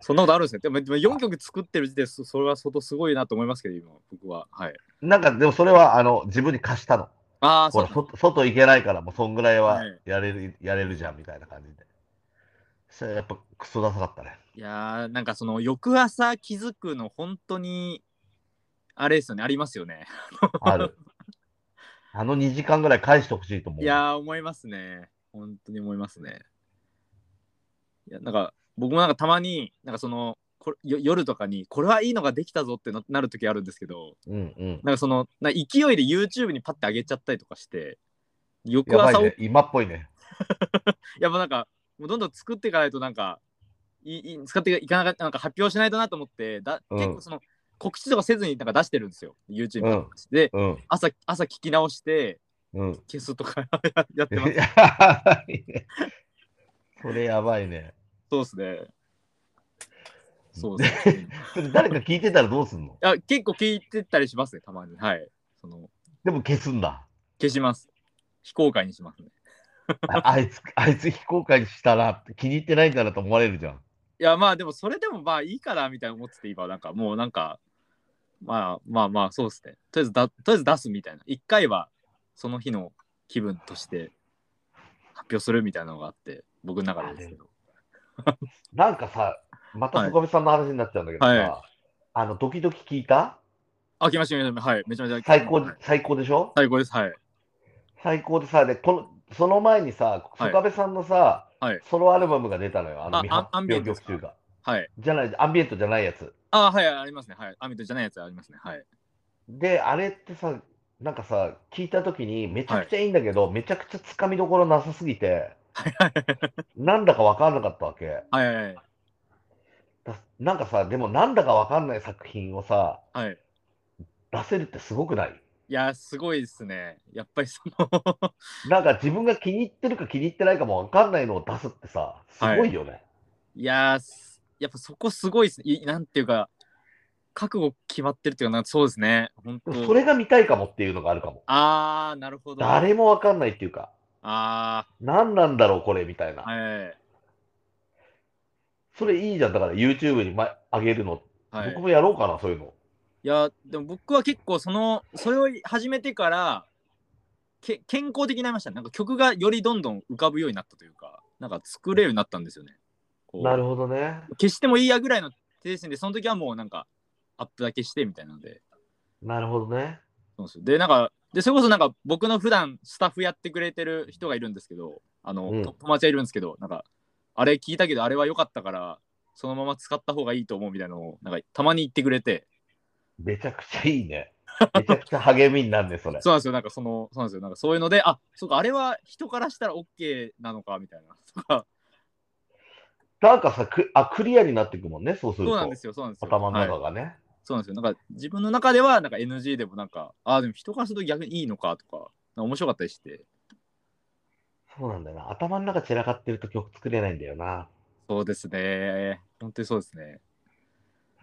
[SPEAKER 1] そんなことあるんですね。でも、でも4曲作ってる時点で、そそれは相当すごいなと思いますけど、今、僕は。はい。
[SPEAKER 2] なんか、でもそれは、あの、自分に貸したの。
[SPEAKER 1] ああ、そ
[SPEAKER 2] ほ
[SPEAKER 1] う
[SPEAKER 2] ら、外外行けないから、もうそんぐらいは
[SPEAKER 1] はい
[SPEAKER 2] やれる、やれるじゃん、みたいな感じで。それやっぱクソダサかったね。
[SPEAKER 1] いやー、なんかその、翌朝気づくの、本当に、あれですよね、ありますよね。
[SPEAKER 2] ある。あの2時間ぐらい返してほしいと思う。
[SPEAKER 1] いやー、思いますね。本当に思いますね。いや、なんか、僕もなんかたまに、なんかその、これよ夜とかに、これはいいのができたぞってななる時あるんですけど、
[SPEAKER 2] うんうん。
[SPEAKER 1] なんかその、な勢いで YouTube にパッて上げちゃったりとかして、翌
[SPEAKER 2] やば
[SPEAKER 1] 朝
[SPEAKER 2] い
[SPEAKER 1] 起
[SPEAKER 2] ね。今っぽいね。
[SPEAKER 1] きやっぱなんか、もうどんどん作っていかないと、なんか、いいい使っていかなかなんか発表しないとなと思って、だ
[SPEAKER 2] うん
[SPEAKER 1] 結構その、告知とかせずになんか出してるんですよ、YouTube
[SPEAKER 2] う
[SPEAKER 1] に。
[SPEAKER 2] ん
[SPEAKER 1] で、
[SPEAKER 2] うん
[SPEAKER 1] 朝、朝聞き直して、
[SPEAKER 2] うん。
[SPEAKER 1] 消すとか ややってます。
[SPEAKER 2] やばいね。それやばいね。
[SPEAKER 1] そうですね。そうですね。
[SPEAKER 2] それ誰か聞いてたらどうすんの
[SPEAKER 1] あ結構聞いてたりしますね、たまに。はい。その
[SPEAKER 2] でも消すんだ。
[SPEAKER 1] 消します。非公開にしますね。
[SPEAKER 2] ああいつ、あいつ非公開にしたら気に入ってないんだなと思われるじゃん。
[SPEAKER 1] いやまあでもそれでもまあいいからみたいな思ってて今なんかもうなんかまあまあまあそうですねとりあえずだとりあえず出すみたいな一回はその日の気分として発表するみたいなのがあって僕の中でですけど
[SPEAKER 2] なんかさ、また小上さんの話になっちゃうんだけどさ、
[SPEAKER 1] はい
[SPEAKER 2] あの、ドキドキ聞いた
[SPEAKER 1] あ来ました来ましたはいめちゃめちゃ
[SPEAKER 2] 最高
[SPEAKER 1] は、い
[SPEAKER 2] 最高でしょ
[SPEAKER 1] 最高ですはい
[SPEAKER 2] 最高でさ、で、この、その前にさ、
[SPEAKER 1] はい
[SPEAKER 2] 曽我部さんのさ、
[SPEAKER 1] はい
[SPEAKER 2] ソロアルバムが出たのよ、あの
[SPEAKER 1] あ
[SPEAKER 2] 未
[SPEAKER 1] アン
[SPEAKER 2] 発
[SPEAKER 1] アンビエン
[SPEAKER 2] 表
[SPEAKER 1] トで
[SPEAKER 2] 曲
[SPEAKER 1] すか
[SPEAKER 2] 中が。
[SPEAKER 1] はい
[SPEAKER 2] じゃない、アンビエントじゃないやつ。
[SPEAKER 1] あはいありますねはいアミトじゃないやつありますねはい
[SPEAKER 2] で、あれってさ、なんかさ、聞いたときに、めちゃくちゃいいんだけど、めちゃくちゃつかみどころなさすぎて、なんだかわかんなかったわけ。
[SPEAKER 1] はいはいはい
[SPEAKER 2] だなんかさ、でもなんだかわかんない作品をさ、
[SPEAKER 1] はい
[SPEAKER 2] 出せるってすごくない
[SPEAKER 1] いやすごいですねやっぱりその
[SPEAKER 2] なんか自分が気に入ってるか気に入ってないかもわかんないのを出すってさ、すごいよね。
[SPEAKER 1] いやーすやっぱそこすごいですねいなんていうか覚悟決まってるっていうかなんかそうですね本当
[SPEAKER 2] でもそれが見たいかもっていうのがあるかも。
[SPEAKER 1] ああなるほどあ
[SPEAKER 2] 誰もわかんないっていうか、
[SPEAKER 1] あ
[SPEAKER 2] 何なんだろうこれみたい
[SPEAKER 1] ー
[SPEAKER 2] な。
[SPEAKER 1] はい
[SPEAKER 2] それいいじゃん。だから YouTube にま上げるの。
[SPEAKER 1] はい
[SPEAKER 2] 僕もやろうかな、そういうの。
[SPEAKER 1] いやでも僕は結構そのそれを始めてからけ健康的になりましたねなんか曲がよりどんどん浮かぶようになったというかなんか作れるようになったんですよねこう
[SPEAKER 2] なるほどね。
[SPEAKER 1] 消してもいいやぐらいの精神でその時はもうなんかアップだけしてみたいなので
[SPEAKER 2] なるほどね。
[SPEAKER 1] そうですよでなんかでそれこそなんか僕の普段スタッフやってくれてる人がいるんですけどあの、
[SPEAKER 2] うん
[SPEAKER 1] と友達がいるんですけどなんかあれ聞いたけどあれは良かったからそのまま使った方がいいと思うみたいなのをなんかたまに言ってくれて
[SPEAKER 2] めちゃくちゃいいね。めちゃくちゃ励みになるね、それ。
[SPEAKER 1] そうなんですよ、なんかその、そうなんですよ、なんかそういうので、あそうか、あれは人からしたら OK なのかみたいな、 とか、
[SPEAKER 2] なんかさ、クあクリアになっていくもんね、そうする
[SPEAKER 1] そう
[SPEAKER 2] と。
[SPEAKER 1] なんですよ、そうなんですよ。
[SPEAKER 2] 頭の
[SPEAKER 1] は
[SPEAKER 2] 中
[SPEAKER 1] い
[SPEAKER 2] がね。
[SPEAKER 1] そうなんですよ、なんか自分の中では、なんか NG でも、なんか、ああ、でも人からすると逆にいいのかとか、なんか面白かったりして、
[SPEAKER 2] そうなんだよな。頭の中散らかってると曲作れないんだよな。
[SPEAKER 1] そうですね、本当にそうですね。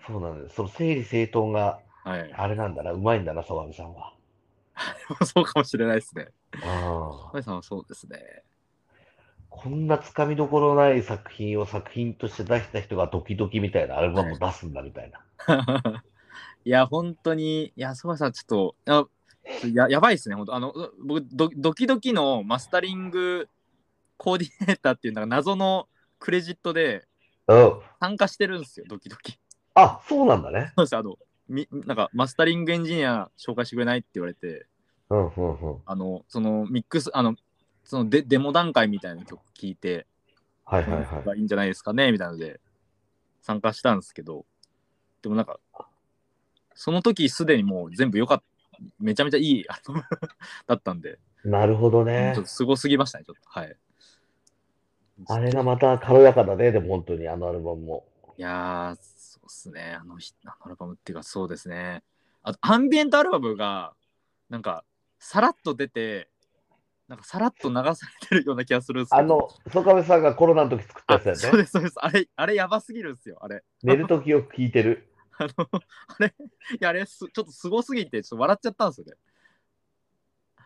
[SPEAKER 2] そうなんだよ。その整理整頓が
[SPEAKER 1] はい、
[SPEAKER 2] あれなんだな、うまいんだな、澤部さんは。
[SPEAKER 1] そうかもしれないですね。
[SPEAKER 2] うん
[SPEAKER 1] 小林さんはそうですね。
[SPEAKER 2] こんなつかみどころない作品を作品として出した人がドキドキみたいなアルバムを出すんだみたいな。
[SPEAKER 1] いや、本当に、いや、そばさん、ちょっと、あちょややばいですね、本当あの、僕ド、ドキドキのマスタリングコーディネーターっていう、なんか謎のクレジットで
[SPEAKER 2] うん。
[SPEAKER 1] 参加してるんですよ、ドキドキ。
[SPEAKER 2] あ、そうなんだね。
[SPEAKER 1] そうです、あの、みなんか、マスタリングエンジニア紹介してくれないって言われて、
[SPEAKER 2] うんうんうん。
[SPEAKER 1] あの、そのミックス、あの、そのデデモ段階みたいな曲聞いて、
[SPEAKER 2] はいはいはい。
[SPEAKER 1] がいいんじゃないですかねみたいなので参加したんですけどでもなんかその時すでにもう全部良かっためちゃめちゃいいアルバム だったんで、
[SPEAKER 2] なるほど
[SPEAKER 1] ちょ
[SPEAKER 2] ね
[SPEAKER 1] っと。すごすぎましたねちょっとはい
[SPEAKER 2] あれがまた軽やかだね、でも本当にあのアルバムも。
[SPEAKER 1] いやーそうっすねあのひあのアルバムっていうかそうですねあとアンビエントアルバムがなんかさらっと出てなんかさらっと流されてるような気がするんですけど
[SPEAKER 2] あの、曽我部さんがコロナの時作った
[SPEAKER 1] あ
[SPEAKER 2] やつだ
[SPEAKER 1] そ
[SPEAKER 2] よ
[SPEAKER 1] う
[SPEAKER 2] ね。
[SPEAKER 1] ですそうですあれあれやばすぎるんですよあれ
[SPEAKER 2] 寝る時よく聴いてる。
[SPEAKER 1] あの、あれ、いや、あれす、ちょっとすごすぎて、ちょっと笑っちゃったんですよ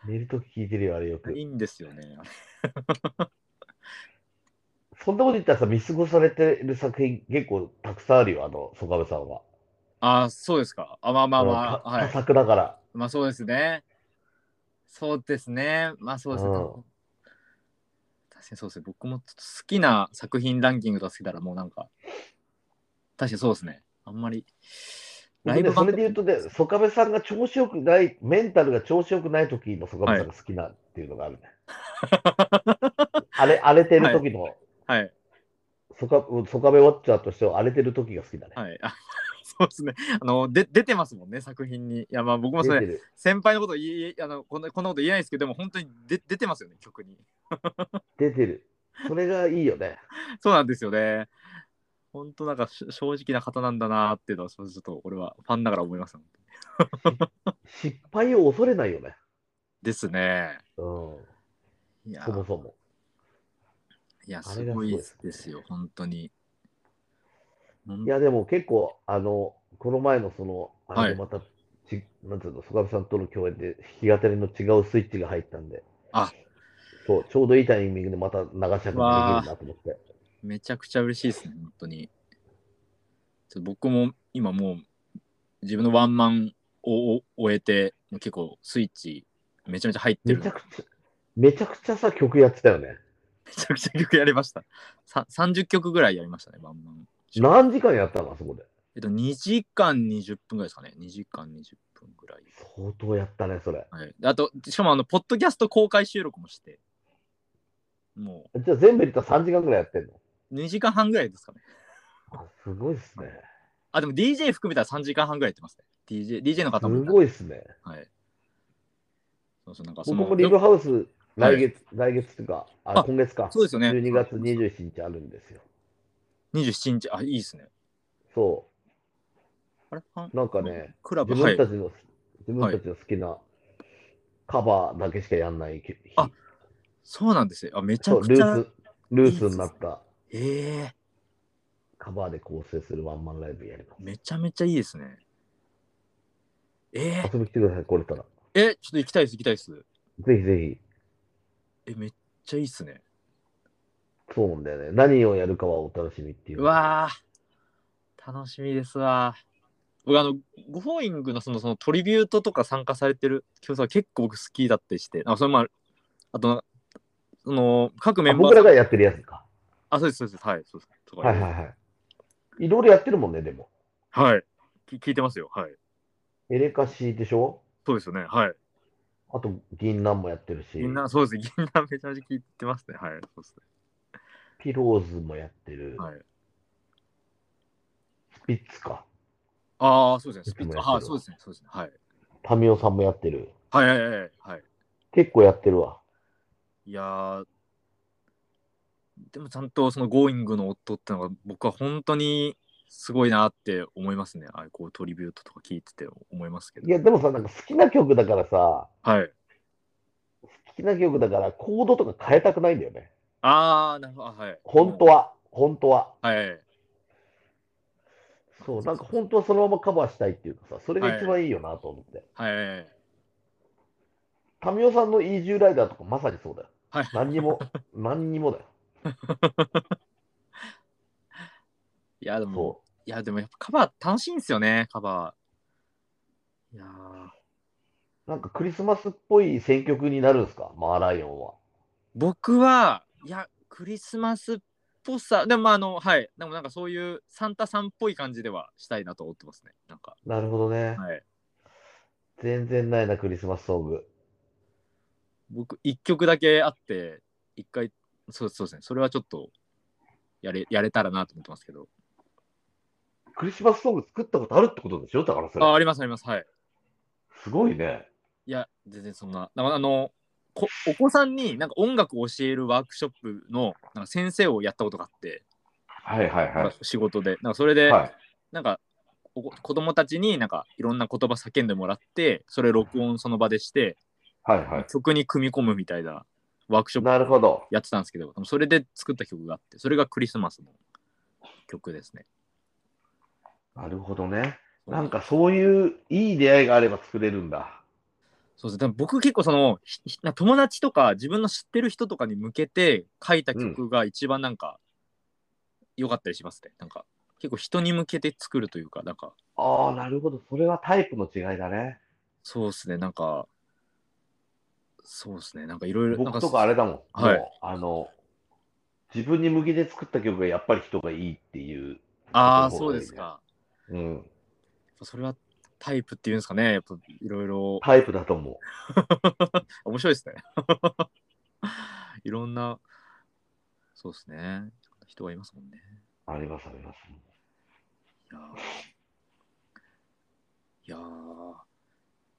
[SPEAKER 2] 寝る時聴いてるよ、あれよく
[SPEAKER 1] ね。い。いんですよね。
[SPEAKER 2] そんなこと言ったらさ、見過ごされてる作品結構たくさんあるよ、あの、曽我部さんは。
[SPEAKER 1] あ、そうですか。あ、まあまあまあ、
[SPEAKER 2] の
[SPEAKER 1] は
[SPEAKER 2] 多
[SPEAKER 1] い。
[SPEAKER 2] 作だから。
[SPEAKER 1] まあそうですね。そうですね。まあそうですね
[SPEAKER 2] うん。
[SPEAKER 1] 確かにそうですね。僕もちょっと好きな作品ランキングとか好きたら、もうなんか、確かにそうですね。あんまり。
[SPEAKER 2] 僕ね、
[SPEAKER 1] 版
[SPEAKER 2] それで言うとね、ソカベさんが調子よくない、メンタルが調子よくない時のソカベさんが好きなっていうのがあるね。荒れ、荒れてる時の、
[SPEAKER 1] はい。
[SPEAKER 2] ソカ、ソカベウォッチャーとしては荒れてる時が好きだね。
[SPEAKER 1] はい。あそうですね。あの、で、出てますもんね、作品に。いや、まあ僕もそれ
[SPEAKER 2] 出、てる
[SPEAKER 1] 先輩のこと言いあのこんなこんなこと言えないですけどでも本当に出出てますよね曲に
[SPEAKER 2] 出てる。それがいいよね。
[SPEAKER 1] そうなんですよね本当なんかし正直な方なんだなっていうのはちょっと俺はファンだから思います
[SPEAKER 2] 失敗を恐れないよね。
[SPEAKER 1] ですね
[SPEAKER 2] うん。
[SPEAKER 1] いや
[SPEAKER 2] そもそも。
[SPEAKER 1] いや
[SPEAKER 2] あ
[SPEAKER 1] す
[SPEAKER 2] れがす
[SPEAKER 1] ご
[SPEAKER 2] ごい
[SPEAKER 1] い
[SPEAKER 2] で
[SPEAKER 1] ですすよ本当にほん
[SPEAKER 2] いや、でも結構、あの、この前のその、あ
[SPEAKER 1] は
[SPEAKER 2] れ
[SPEAKER 1] い
[SPEAKER 2] でまた、ちなんていうの、ソカベさんとの共演で弾き語りの違うスイッチが入ったんで。
[SPEAKER 1] あ
[SPEAKER 2] そう、ちょうどいいタイミングでまた流し始めできるなと思って。
[SPEAKER 1] めちゃくちゃ嬉しいですね本当にちょっと僕も今もう自分のワンマンを終えて、もう結構スイッチめちゃめちゃ入って
[SPEAKER 2] め
[SPEAKER 1] る。
[SPEAKER 2] ちゃ
[SPEAKER 1] め
[SPEAKER 2] くちゃ、めちゃくちゃさ、曲やってたよね。
[SPEAKER 1] ちゃくちゃ曲やりました。さ30曲ぐらいやりましたね、ワンマン。
[SPEAKER 2] 何時間やったのあそこで。
[SPEAKER 1] えっと、2時間20分ぐらいですかね。2時間20分ぐらい。
[SPEAKER 2] 相当やったね、それ。
[SPEAKER 1] はい、あと、しかもあの、ポッドキャスト公開収録もして、も
[SPEAKER 2] じゃあ全部入れたら3時間ぐらいやってんの
[SPEAKER 1] う2時間半ぐらいですかね。
[SPEAKER 2] あすごいっすね。
[SPEAKER 1] あ、でも DJ 含めたら3時間半ぐらいやってますね。DJ, DJ の方
[SPEAKER 2] す
[SPEAKER 1] もいた。
[SPEAKER 2] ごいっすね。
[SPEAKER 1] はい。そうそう、なんかそ
[SPEAKER 2] 僕
[SPEAKER 1] の。
[SPEAKER 2] もリブハウス、
[SPEAKER 1] はい
[SPEAKER 2] 来月、来月とか、あ
[SPEAKER 1] あ
[SPEAKER 2] 今月か。
[SPEAKER 1] そうですよね。
[SPEAKER 2] 12月27日あるんですよ。
[SPEAKER 1] 27日、あ、いいですね。
[SPEAKER 2] そ
[SPEAKER 1] あれあ
[SPEAKER 2] う。なんかね、
[SPEAKER 1] クラブ、
[SPEAKER 2] 自
[SPEAKER 1] は
[SPEAKER 2] 分
[SPEAKER 1] い。
[SPEAKER 2] たちの、自分たちの好きなカバーだけしかやんない日。
[SPEAKER 1] あそうなんですよ。あ、めちゃ
[SPEAKER 2] そう
[SPEAKER 1] く
[SPEAKER 2] ル
[SPEAKER 1] ちゃ
[SPEAKER 2] ー。ス、ルースになった
[SPEAKER 1] ええ
[SPEAKER 2] カバーで構成するワンマンライブやります。
[SPEAKER 1] めちゃめちゃいいですね。えー、
[SPEAKER 2] 遊びに来てください、来れたら。
[SPEAKER 1] え、ちょっと行きたいです、行きたいです。
[SPEAKER 2] ぜひぜ
[SPEAKER 1] え、めっちゃいいっすね。
[SPEAKER 2] ひ。そうなんだよね。何をやるかはお楽しみっていう。
[SPEAKER 1] うわー、楽しみですわ。僕、あの、ゴーイングのそのそのトリビュートとか参加されてる教授は結構僕好きだってして、あ、それもあるあとな、その、各メ
[SPEAKER 2] あ
[SPEAKER 1] ンバ
[SPEAKER 2] 僕ら
[SPEAKER 1] ー
[SPEAKER 2] がやってるやつか。
[SPEAKER 1] あ、そうです、そうです、はい、そうです。とか
[SPEAKER 2] はいはいはい。いろいろやってるもんね、でも。
[SPEAKER 1] はい。き聞いてますよ、はい。
[SPEAKER 2] エレカシでしょ
[SPEAKER 1] そうですよね、はい。
[SPEAKER 2] あと、銀杏もやってるし、
[SPEAKER 1] 銀杏、そうです。銀杏めちゃめちゃ聞いてますね。はい。そうです
[SPEAKER 2] ピローズもやってる
[SPEAKER 1] ね。、はい。
[SPEAKER 2] スピッツか、
[SPEAKER 1] ああ、そうですね。スピッツ。
[SPEAKER 2] いつも
[SPEAKER 1] あ
[SPEAKER 2] や
[SPEAKER 1] あ、
[SPEAKER 2] ってる
[SPEAKER 1] そうですね。そうですね。はい。
[SPEAKER 2] タミオさんもやってる。
[SPEAKER 1] はいはいはいはいはい。
[SPEAKER 2] 結構やってるわ。
[SPEAKER 1] いやー、でもちゃんとその Going の夫ってのが僕は本当にすごいなって思いますね。ああいうこうトリビュートとか聞いてて思いますけど
[SPEAKER 2] い。や、でもさ、なんか好きな曲だからさ、
[SPEAKER 1] はい。
[SPEAKER 2] 好きな曲だからコードとか変えたくないんだよね。
[SPEAKER 1] ああ、なるほど。あはい。
[SPEAKER 2] 本当は、本当は。
[SPEAKER 1] はい。
[SPEAKER 2] そう、なんか本当はそのままカバーしたいっていうかさ、それが一番いいよなと思って。
[SPEAKER 1] はいはいはい。
[SPEAKER 2] タミオさんのイージューライダーとかまさにそうだよ。
[SPEAKER 1] はい
[SPEAKER 2] 何に も、何にもだよ。
[SPEAKER 1] いや、でも、
[SPEAKER 2] そ
[SPEAKER 1] いや、でもやっぱカバー楽しいんですよね、カバー。いやー
[SPEAKER 2] う。なんかクリスマスっぽい選曲になるんですかマーライオンは。
[SPEAKER 1] 僕はいやクリスマスっぽさでもまああのはいでもなんかそういうサンタさんっぽい感じではしたいなと思ってますねなんか
[SPEAKER 2] なるほどね。
[SPEAKER 1] はい
[SPEAKER 2] 全然ないな、クリスマスソング。
[SPEAKER 1] 僕一曲だけあって一回そうそうですねそれはちょっとやれやれたらなと思ってますけど
[SPEAKER 2] クリスマスソング作ったことあるってことでしょだからそれ
[SPEAKER 1] あ。ありますありますはい
[SPEAKER 2] すごいね。
[SPEAKER 1] いや全然そんななんかあのこお子さんになんか音楽を教えるワークショップのなんか先生をやったことがあって、
[SPEAKER 2] はいはい
[SPEAKER 1] なんか仕事でなんかそれで、
[SPEAKER 2] はい。
[SPEAKER 1] なんかお子子供たちになんかいろんな言葉叫んでもらってそれ録音その場でして、
[SPEAKER 2] はいはい。
[SPEAKER 1] 曲に組み込むみたいなワークショップ
[SPEAKER 2] なるほど。
[SPEAKER 1] やってたんですけどそれで作った曲があってそれがクリスマスの曲ですね
[SPEAKER 2] なるほどね。なんかそういういい出会いがあれば作れるんだ。
[SPEAKER 1] そうですねでも僕結構そのひひな友達とか自分の知ってる人とかに向けて書いた曲が一番なんか良かったりしますね、なんか結構人に向けて作るというかなんか
[SPEAKER 2] ああ、なるほど。それはタイプの違いだね。
[SPEAKER 1] そうですねなんかそうですねなんかいろいろなん
[SPEAKER 2] 僕とかあれだもん。
[SPEAKER 1] はい
[SPEAKER 2] もうあの、自分に向けて作った曲がやっぱり人がいいっていう。
[SPEAKER 1] ああそうですか
[SPEAKER 2] うん。
[SPEAKER 1] それはタイプっていうんですかね、やっぱいろいろ。
[SPEAKER 2] タイプだと思う。
[SPEAKER 1] 面白いですね。 いろんな、そうですね。人がいますもんね。
[SPEAKER 2] ありますあります。
[SPEAKER 1] いやーいやー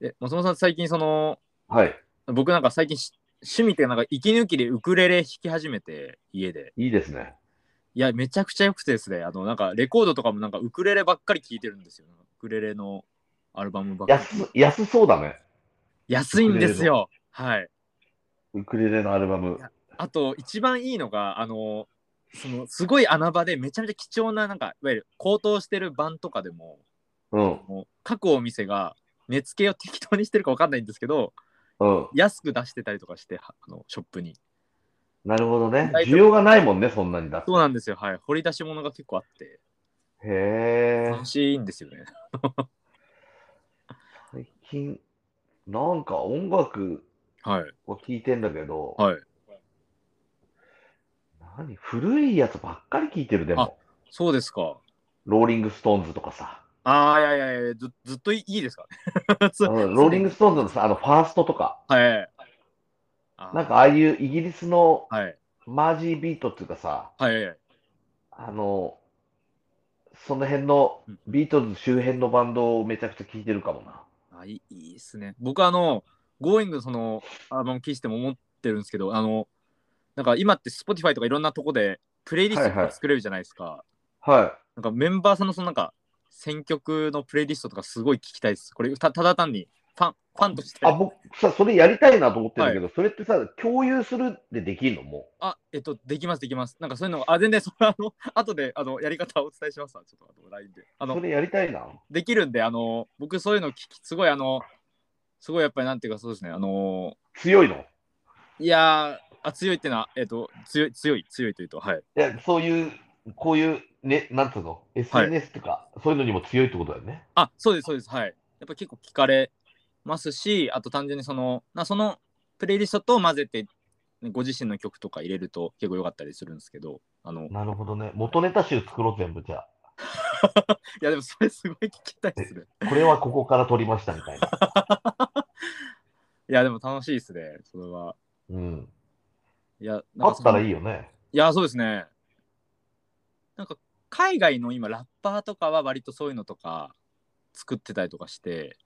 [SPEAKER 1] え、松本さん、最近その、
[SPEAKER 2] はい。
[SPEAKER 1] 僕なんか最近し趣味っていうかなんか息抜きでウクレレ弾き始めて、家で。
[SPEAKER 2] いいですね。
[SPEAKER 1] いや、めちゃくちゃ良くてですね、あの、なんかレコードとかもなんかウクレレばっかり聴いてるんですよ。ウクレレのアルバムばっかり。
[SPEAKER 2] 安安そうだね。
[SPEAKER 1] 安いんですよ。はい。
[SPEAKER 2] ウクレレのアルバム。
[SPEAKER 1] あと一番いいのがあのそのすごい穴場でめちゃめちゃ貴重ななんかいわゆる高騰してる版とかでも
[SPEAKER 2] うん。
[SPEAKER 1] もう各お店が値付けを適当にしてるかわかんないんですけど
[SPEAKER 2] うん。
[SPEAKER 1] 安く出してたりとかしてはあのショップに
[SPEAKER 2] なるほどね
[SPEAKER 1] 意外。と
[SPEAKER 2] 需要がないもんね、そんなにだって
[SPEAKER 1] そうなんですよはい掘り出し物が結構あって
[SPEAKER 2] へへえ。
[SPEAKER 1] 楽しいんですよね。
[SPEAKER 2] 最近、なんか音楽
[SPEAKER 1] はい。
[SPEAKER 2] を聴いてんだけど、
[SPEAKER 1] はい。
[SPEAKER 2] 何古いやつばっかり聴いてる、で
[SPEAKER 1] あ
[SPEAKER 2] も。
[SPEAKER 1] そうですか。
[SPEAKER 2] ローリングストーンズとかさ。
[SPEAKER 1] ああ、いやいやいや、ずずっといいいですかね。 つ
[SPEAKER 2] うんローリングストーンズのさ、あの、ファーストとか。
[SPEAKER 1] はい。あー
[SPEAKER 2] なんか、ああいうイギリスの
[SPEAKER 1] はい。
[SPEAKER 2] マージービートっていうかさ、
[SPEAKER 1] はい。はい。
[SPEAKER 2] あの、その辺の
[SPEAKER 1] うん
[SPEAKER 2] ビートルズ周辺のバンドをめちゃくちゃ聴いてるかもな。
[SPEAKER 1] あいいいいっすね。僕あの、Going そのアルバム聴いても思ってるんですけど、あの、なんか今って Spotify とかいろんなとこでプレイリストと
[SPEAKER 2] はいは
[SPEAKER 1] か
[SPEAKER 2] い
[SPEAKER 1] 作れるじゃないですか。
[SPEAKER 2] は
[SPEAKER 1] なんかメンバーさんのそのなんか選曲のプレイリストとかすごい聞きたいです。これたただ単にファンファンとし
[SPEAKER 2] い。
[SPEAKER 1] て。
[SPEAKER 2] あ、僕さ、それやりたいなと思ってるんだけど、それってさ、共有するでできるのも
[SPEAKER 1] あ、えっと、できます、できます。なんかそういうのが、あ、全然、それ、あの、 後で、あの、やり方をお伝えしますわ。ちょっと、あの、LINE で。あ
[SPEAKER 2] う。そ
[SPEAKER 1] の、
[SPEAKER 2] れやりたいな。
[SPEAKER 1] できるんで、あの、僕、そういうの聞き、すごい、あの、すごい、やっぱり、なんていうか、そうですね、あの、
[SPEAKER 2] 強いの
[SPEAKER 1] いやー、あ、強いっていうのは、えっと、強い、強い、強いというと、はい。
[SPEAKER 2] いや、そういう、こういう、ね、なんつうの、SNS とか、そういうのにも強いってことだよね。
[SPEAKER 1] あ、そうです、そうです、はい。やっぱ結構聞かれますし、あと単純にその、なそのプレイリストと混ぜて、ご自身の曲とか入れると結構良かったりするんですけど、あの、い
[SPEAKER 2] なるほどね。元ネタ集作ろう、全部じゃあ。
[SPEAKER 1] や、でもそれすごい聞きたいですね。
[SPEAKER 2] これはここから撮りましたみた いな。
[SPEAKER 1] いや、でも楽しいですね、それは。
[SPEAKER 2] うん。
[SPEAKER 1] いや、なんか
[SPEAKER 2] あっ
[SPEAKER 1] そ
[SPEAKER 2] た
[SPEAKER 1] の
[SPEAKER 2] らいいよね。
[SPEAKER 1] いや、そうですね。なんか、海外の今、ラッパーとかは割とそういうのとか作ってたりとかして、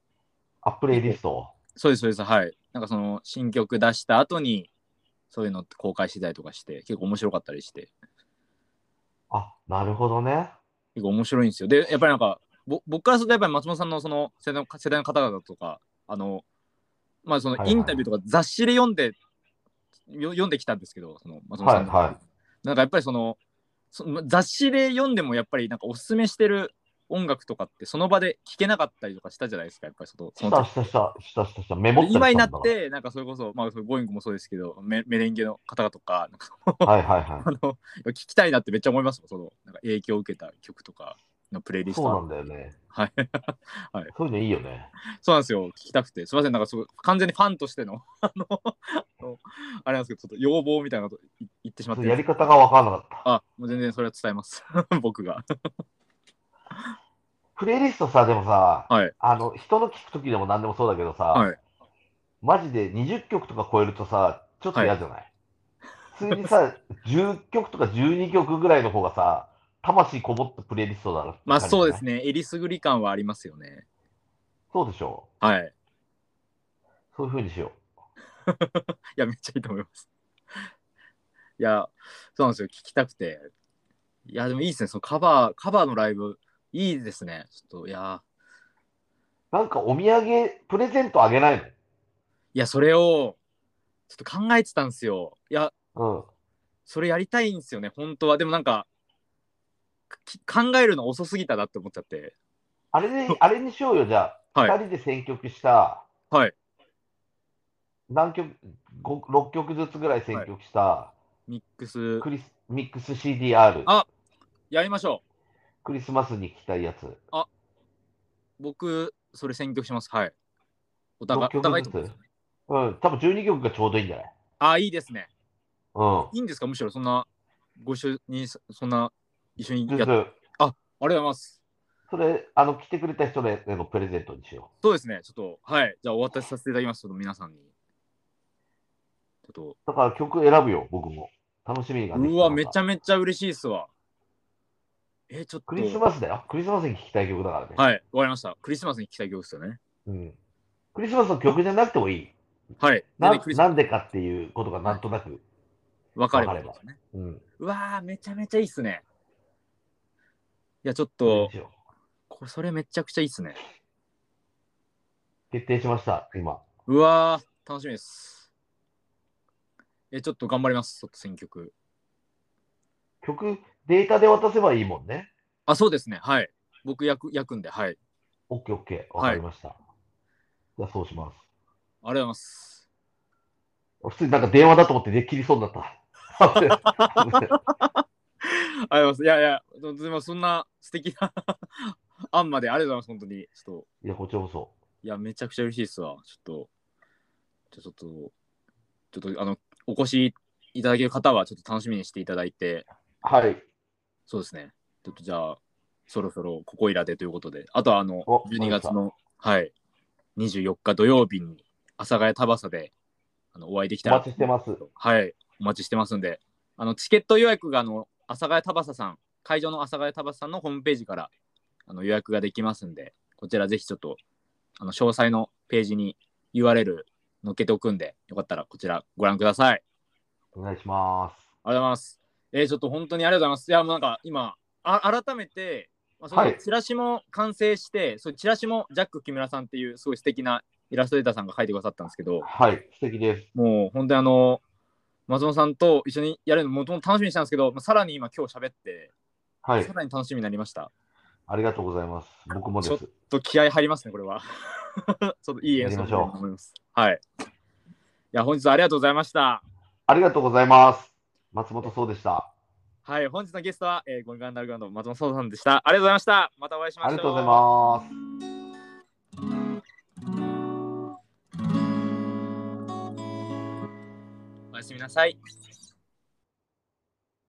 [SPEAKER 2] あ、プレイリストを。
[SPEAKER 1] そうです、そうです。はい。なんかその新曲出した後に、そういうのって公開してたりとかして、結構面白かったりして、
[SPEAKER 2] あ、なるほどね。
[SPEAKER 1] 結構面白いんですよ。で、やっぱりなんか、ぼ僕からすると、やっぱり松本さんのその世代の世代の方々とか、あの、まあそ
[SPEAKER 2] はい
[SPEAKER 1] の
[SPEAKER 2] はい
[SPEAKER 1] インタビューとか雑誌で読んで、よ読んできたんですけど、その松本さんの、
[SPEAKER 2] はいは
[SPEAKER 1] なんかやっぱりその、そ雑誌で読んでもやっぱりなんかおすすめしてる音楽とかってその場で聴けなかったりとかしたじゃないですか、やっぱりそのそ
[SPEAKER 2] し
[SPEAKER 1] の
[SPEAKER 2] た
[SPEAKER 1] 時
[SPEAKER 2] したしたしたしたした。メモって
[SPEAKER 1] 今にな
[SPEAKER 2] た
[SPEAKER 1] んっ
[SPEAKER 2] だから。
[SPEAKER 1] て、なんかそれこそ、まあ、そのボーイングもそうですけど、メメレンゲの方々とか、なんか
[SPEAKER 2] はいはいは
[SPEAKER 1] あの 聞きたいなってめっちゃ思いますもん、そのなんか影響を受けた曲とかのプレイ
[SPEAKER 2] い。
[SPEAKER 1] リスト
[SPEAKER 2] そう
[SPEAKER 1] は。
[SPEAKER 2] なんだよね。
[SPEAKER 1] はい、
[SPEAKER 2] そういうのいいよね。
[SPEAKER 1] そうなんですよ、聞きたくて、すみません、なんかすごい完全にファンとしての、 あの、あのあれなんですけど、ちょっと要望みたいなこと言言ってしまっ
[SPEAKER 2] そ
[SPEAKER 1] てる
[SPEAKER 2] うやり方が分からなかった。
[SPEAKER 1] あ、もう全然それは伝えます、 僕が。
[SPEAKER 2] プレイリストさ、でもさ、
[SPEAKER 1] はい
[SPEAKER 2] あの人の聞くときでも何でもそうだけどさ、
[SPEAKER 1] はい
[SPEAKER 2] マジで20曲とか超えるとさ、ちょっと嫌じゃない、普通 にさ、10曲とか12曲ぐらいの方がさ、魂こもったプレイリストだなって
[SPEAKER 1] まあ、
[SPEAKER 2] 感じ
[SPEAKER 1] そうです
[SPEAKER 2] ね。
[SPEAKER 1] ね、えりすぐり感はありますよね。
[SPEAKER 2] そうでしょ。
[SPEAKER 1] はい。いう
[SPEAKER 2] そういうふうにしよ
[SPEAKER 1] や、めっちゃいいと思います。いや、そうなんですよ、聞きたくて。いや、でもいいですね、そのカバー、カバーのライブ、いいですね。ちょっと、いや、
[SPEAKER 2] う。なんかお土産、プレゼントあげない
[SPEAKER 1] いや、それを、ちょっと考えてたんですよ。いや、
[SPEAKER 2] の
[SPEAKER 1] それやりたいんですよね、本当は。でもなんか、き考えるの遅すぎたなって思っちゃって。
[SPEAKER 2] うん。あれで、あれにしようよ、じゃあ。
[SPEAKER 1] は
[SPEAKER 2] 二
[SPEAKER 1] い。
[SPEAKER 2] 2人で選曲した、
[SPEAKER 1] はい。
[SPEAKER 2] 何曲、6曲ずつぐらい選曲した、
[SPEAKER 1] ミックス、
[SPEAKER 2] クリスミックス CDR、
[SPEAKER 1] あやりましょ
[SPEAKER 2] クリスマスに聴きたいやつ。
[SPEAKER 1] う。僕、それ選曲します。はい。お互い、お互
[SPEAKER 2] 6
[SPEAKER 1] い
[SPEAKER 2] 曲
[SPEAKER 1] と
[SPEAKER 2] ずつ。うん、多分12曲がちょうどいいんじゃない
[SPEAKER 1] あ、いいですね。
[SPEAKER 2] うん。
[SPEAKER 1] いいんですかむしろ、そんな、ご一緒に、そそんな、一緒にやっ
[SPEAKER 2] ちょっと
[SPEAKER 1] ありがとうございます。
[SPEAKER 2] それ、あの、来てくれた人へのプレゼントにしよ
[SPEAKER 1] そうですね。ちょっと、はい。じゃあ、お渡しさせていただきます。ちょっと皆さんに。ちょっと、
[SPEAKER 2] う。だから曲選ぶよ、僕も。楽しみができた
[SPEAKER 1] うわ、めち
[SPEAKER 2] ゃ。
[SPEAKER 1] ゃめちゃ嬉しいっすわ。え、ちょっと。
[SPEAKER 2] クリスマスだよ。クリスマスに聴きたい曲だからね。
[SPEAKER 1] はい、わかりました。クリスマスに聞きたい曲ですよね。
[SPEAKER 2] うん。クリスマスの曲じゃなくてもいい。
[SPEAKER 1] はい。
[SPEAKER 2] な
[SPEAKER 1] でクリスマ
[SPEAKER 2] なんでかっていうことがなんとなく。
[SPEAKER 1] スわかれば
[SPEAKER 2] わかれば
[SPEAKER 1] ですね。
[SPEAKER 2] うん。
[SPEAKER 1] うわー、めちゃめちゃいいっすね。いや、ちょっ
[SPEAKER 2] それ
[SPEAKER 1] と
[SPEAKER 2] にし、よう
[SPEAKER 1] こそれめちゃくちゃいいっすね。
[SPEAKER 2] 決定しました、今。
[SPEAKER 1] うわー、楽しみです。え、ちょっと頑張ります。ちょっと選曲。
[SPEAKER 2] 曲、データで渡せばいいもんね。
[SPEAKER 1] あ、そうですね。はい。僕役、役んで、はい。
[SPEAKER 2] オッケーオッケー。わかりました。じゃあそうしま
[SPEAKER 1] ありがと
[SPEAKER 2] す。
[SPEAKER 1] うございます。
[SPEAKER 2] 普通になんか電話だと思ってで切りそうになった。
[SPEAKER 1] ありがとうございます。いやいや、でもそんな素敵な 案までありがとうございます、本当に。ちょっと、
[SPEAKER 2] いや、こちらこそ。
[SPEAKER 1] いや、めちゃくちゃ嬉しいですわ。ちょっと、じゃあちょっと、ちょっと、あの、お越しいただける方は、ちょっと楽しみにしていただいて、
[SPEAKER 2] はい。
[SPEAKER 1] そうですね。ちょっとじゃあ、そろそろここいらでということで、あとはあの
[SPEAKER 2] お、
[SPEAKER 1] 12月の、はい、24日土曜日に、阿佐ヶ谷田バサであのお会いでき
[SPEAKER 2] お
[SPEAKER 1] たら
[SPEAKER 2] 待ちしてます。
[SPEAKER 1] はい、お待ちしてますんで、あのチケット予約があの阿佐ヶ谷田バサさん、会場の阿佐ヶ谷田バサさんのホームページからあの予約ができますんで、こちらぜひちょっとあの詳細のページに URL 載っけておくんで、よかったらこちらご覧ください。
[SPEAKER 2] お願いしま
[SPEAKER 1] ありが
[SPEAKER 2] す。
[SPEAKER 1] とうございます。えーちょっと本当にありがとうございます。いや、もうなんか今、あ改めて、まあ、そ
[SPEAKER 2] は
[SPEAKER 1] の
[SPEAKER 2] い
[SPEAKER 1] チラシも完成して、そうチラシもジャック木村さんっていうすごい素敵なイラストレーターさんが書いてくださったんですけど、
[SPEAKER 2] はい、素敵です。
[SPEAKER 1] もう本当にあの、松本さんと一緒にやるのもともと楽しみにしたんですけど、まあ、さらに今今日喋って、
[SPEAKER 2] はい
[SPEAKER 1] さ、らに楽しみになりました。
[SPEAKER 2] ありがとうございます。僕もです。
[SPEAKER 1] ちょっと気合入りますね、これは。 ちょっといい演奏だと思います。はい。いや、本日はありがとうございました。
[SPEAKER 2] ありがとうございます。松本そうでした。
[SPEAKER 1] はい、本日のゲストは、えー、ゴミガンダルグラウンドの松本聡さんでした。ありがとうございました。またお会いしましょう。
[SPEAKER 2] ありがとうございます。
[SPEAKER 1] おやすみなさい。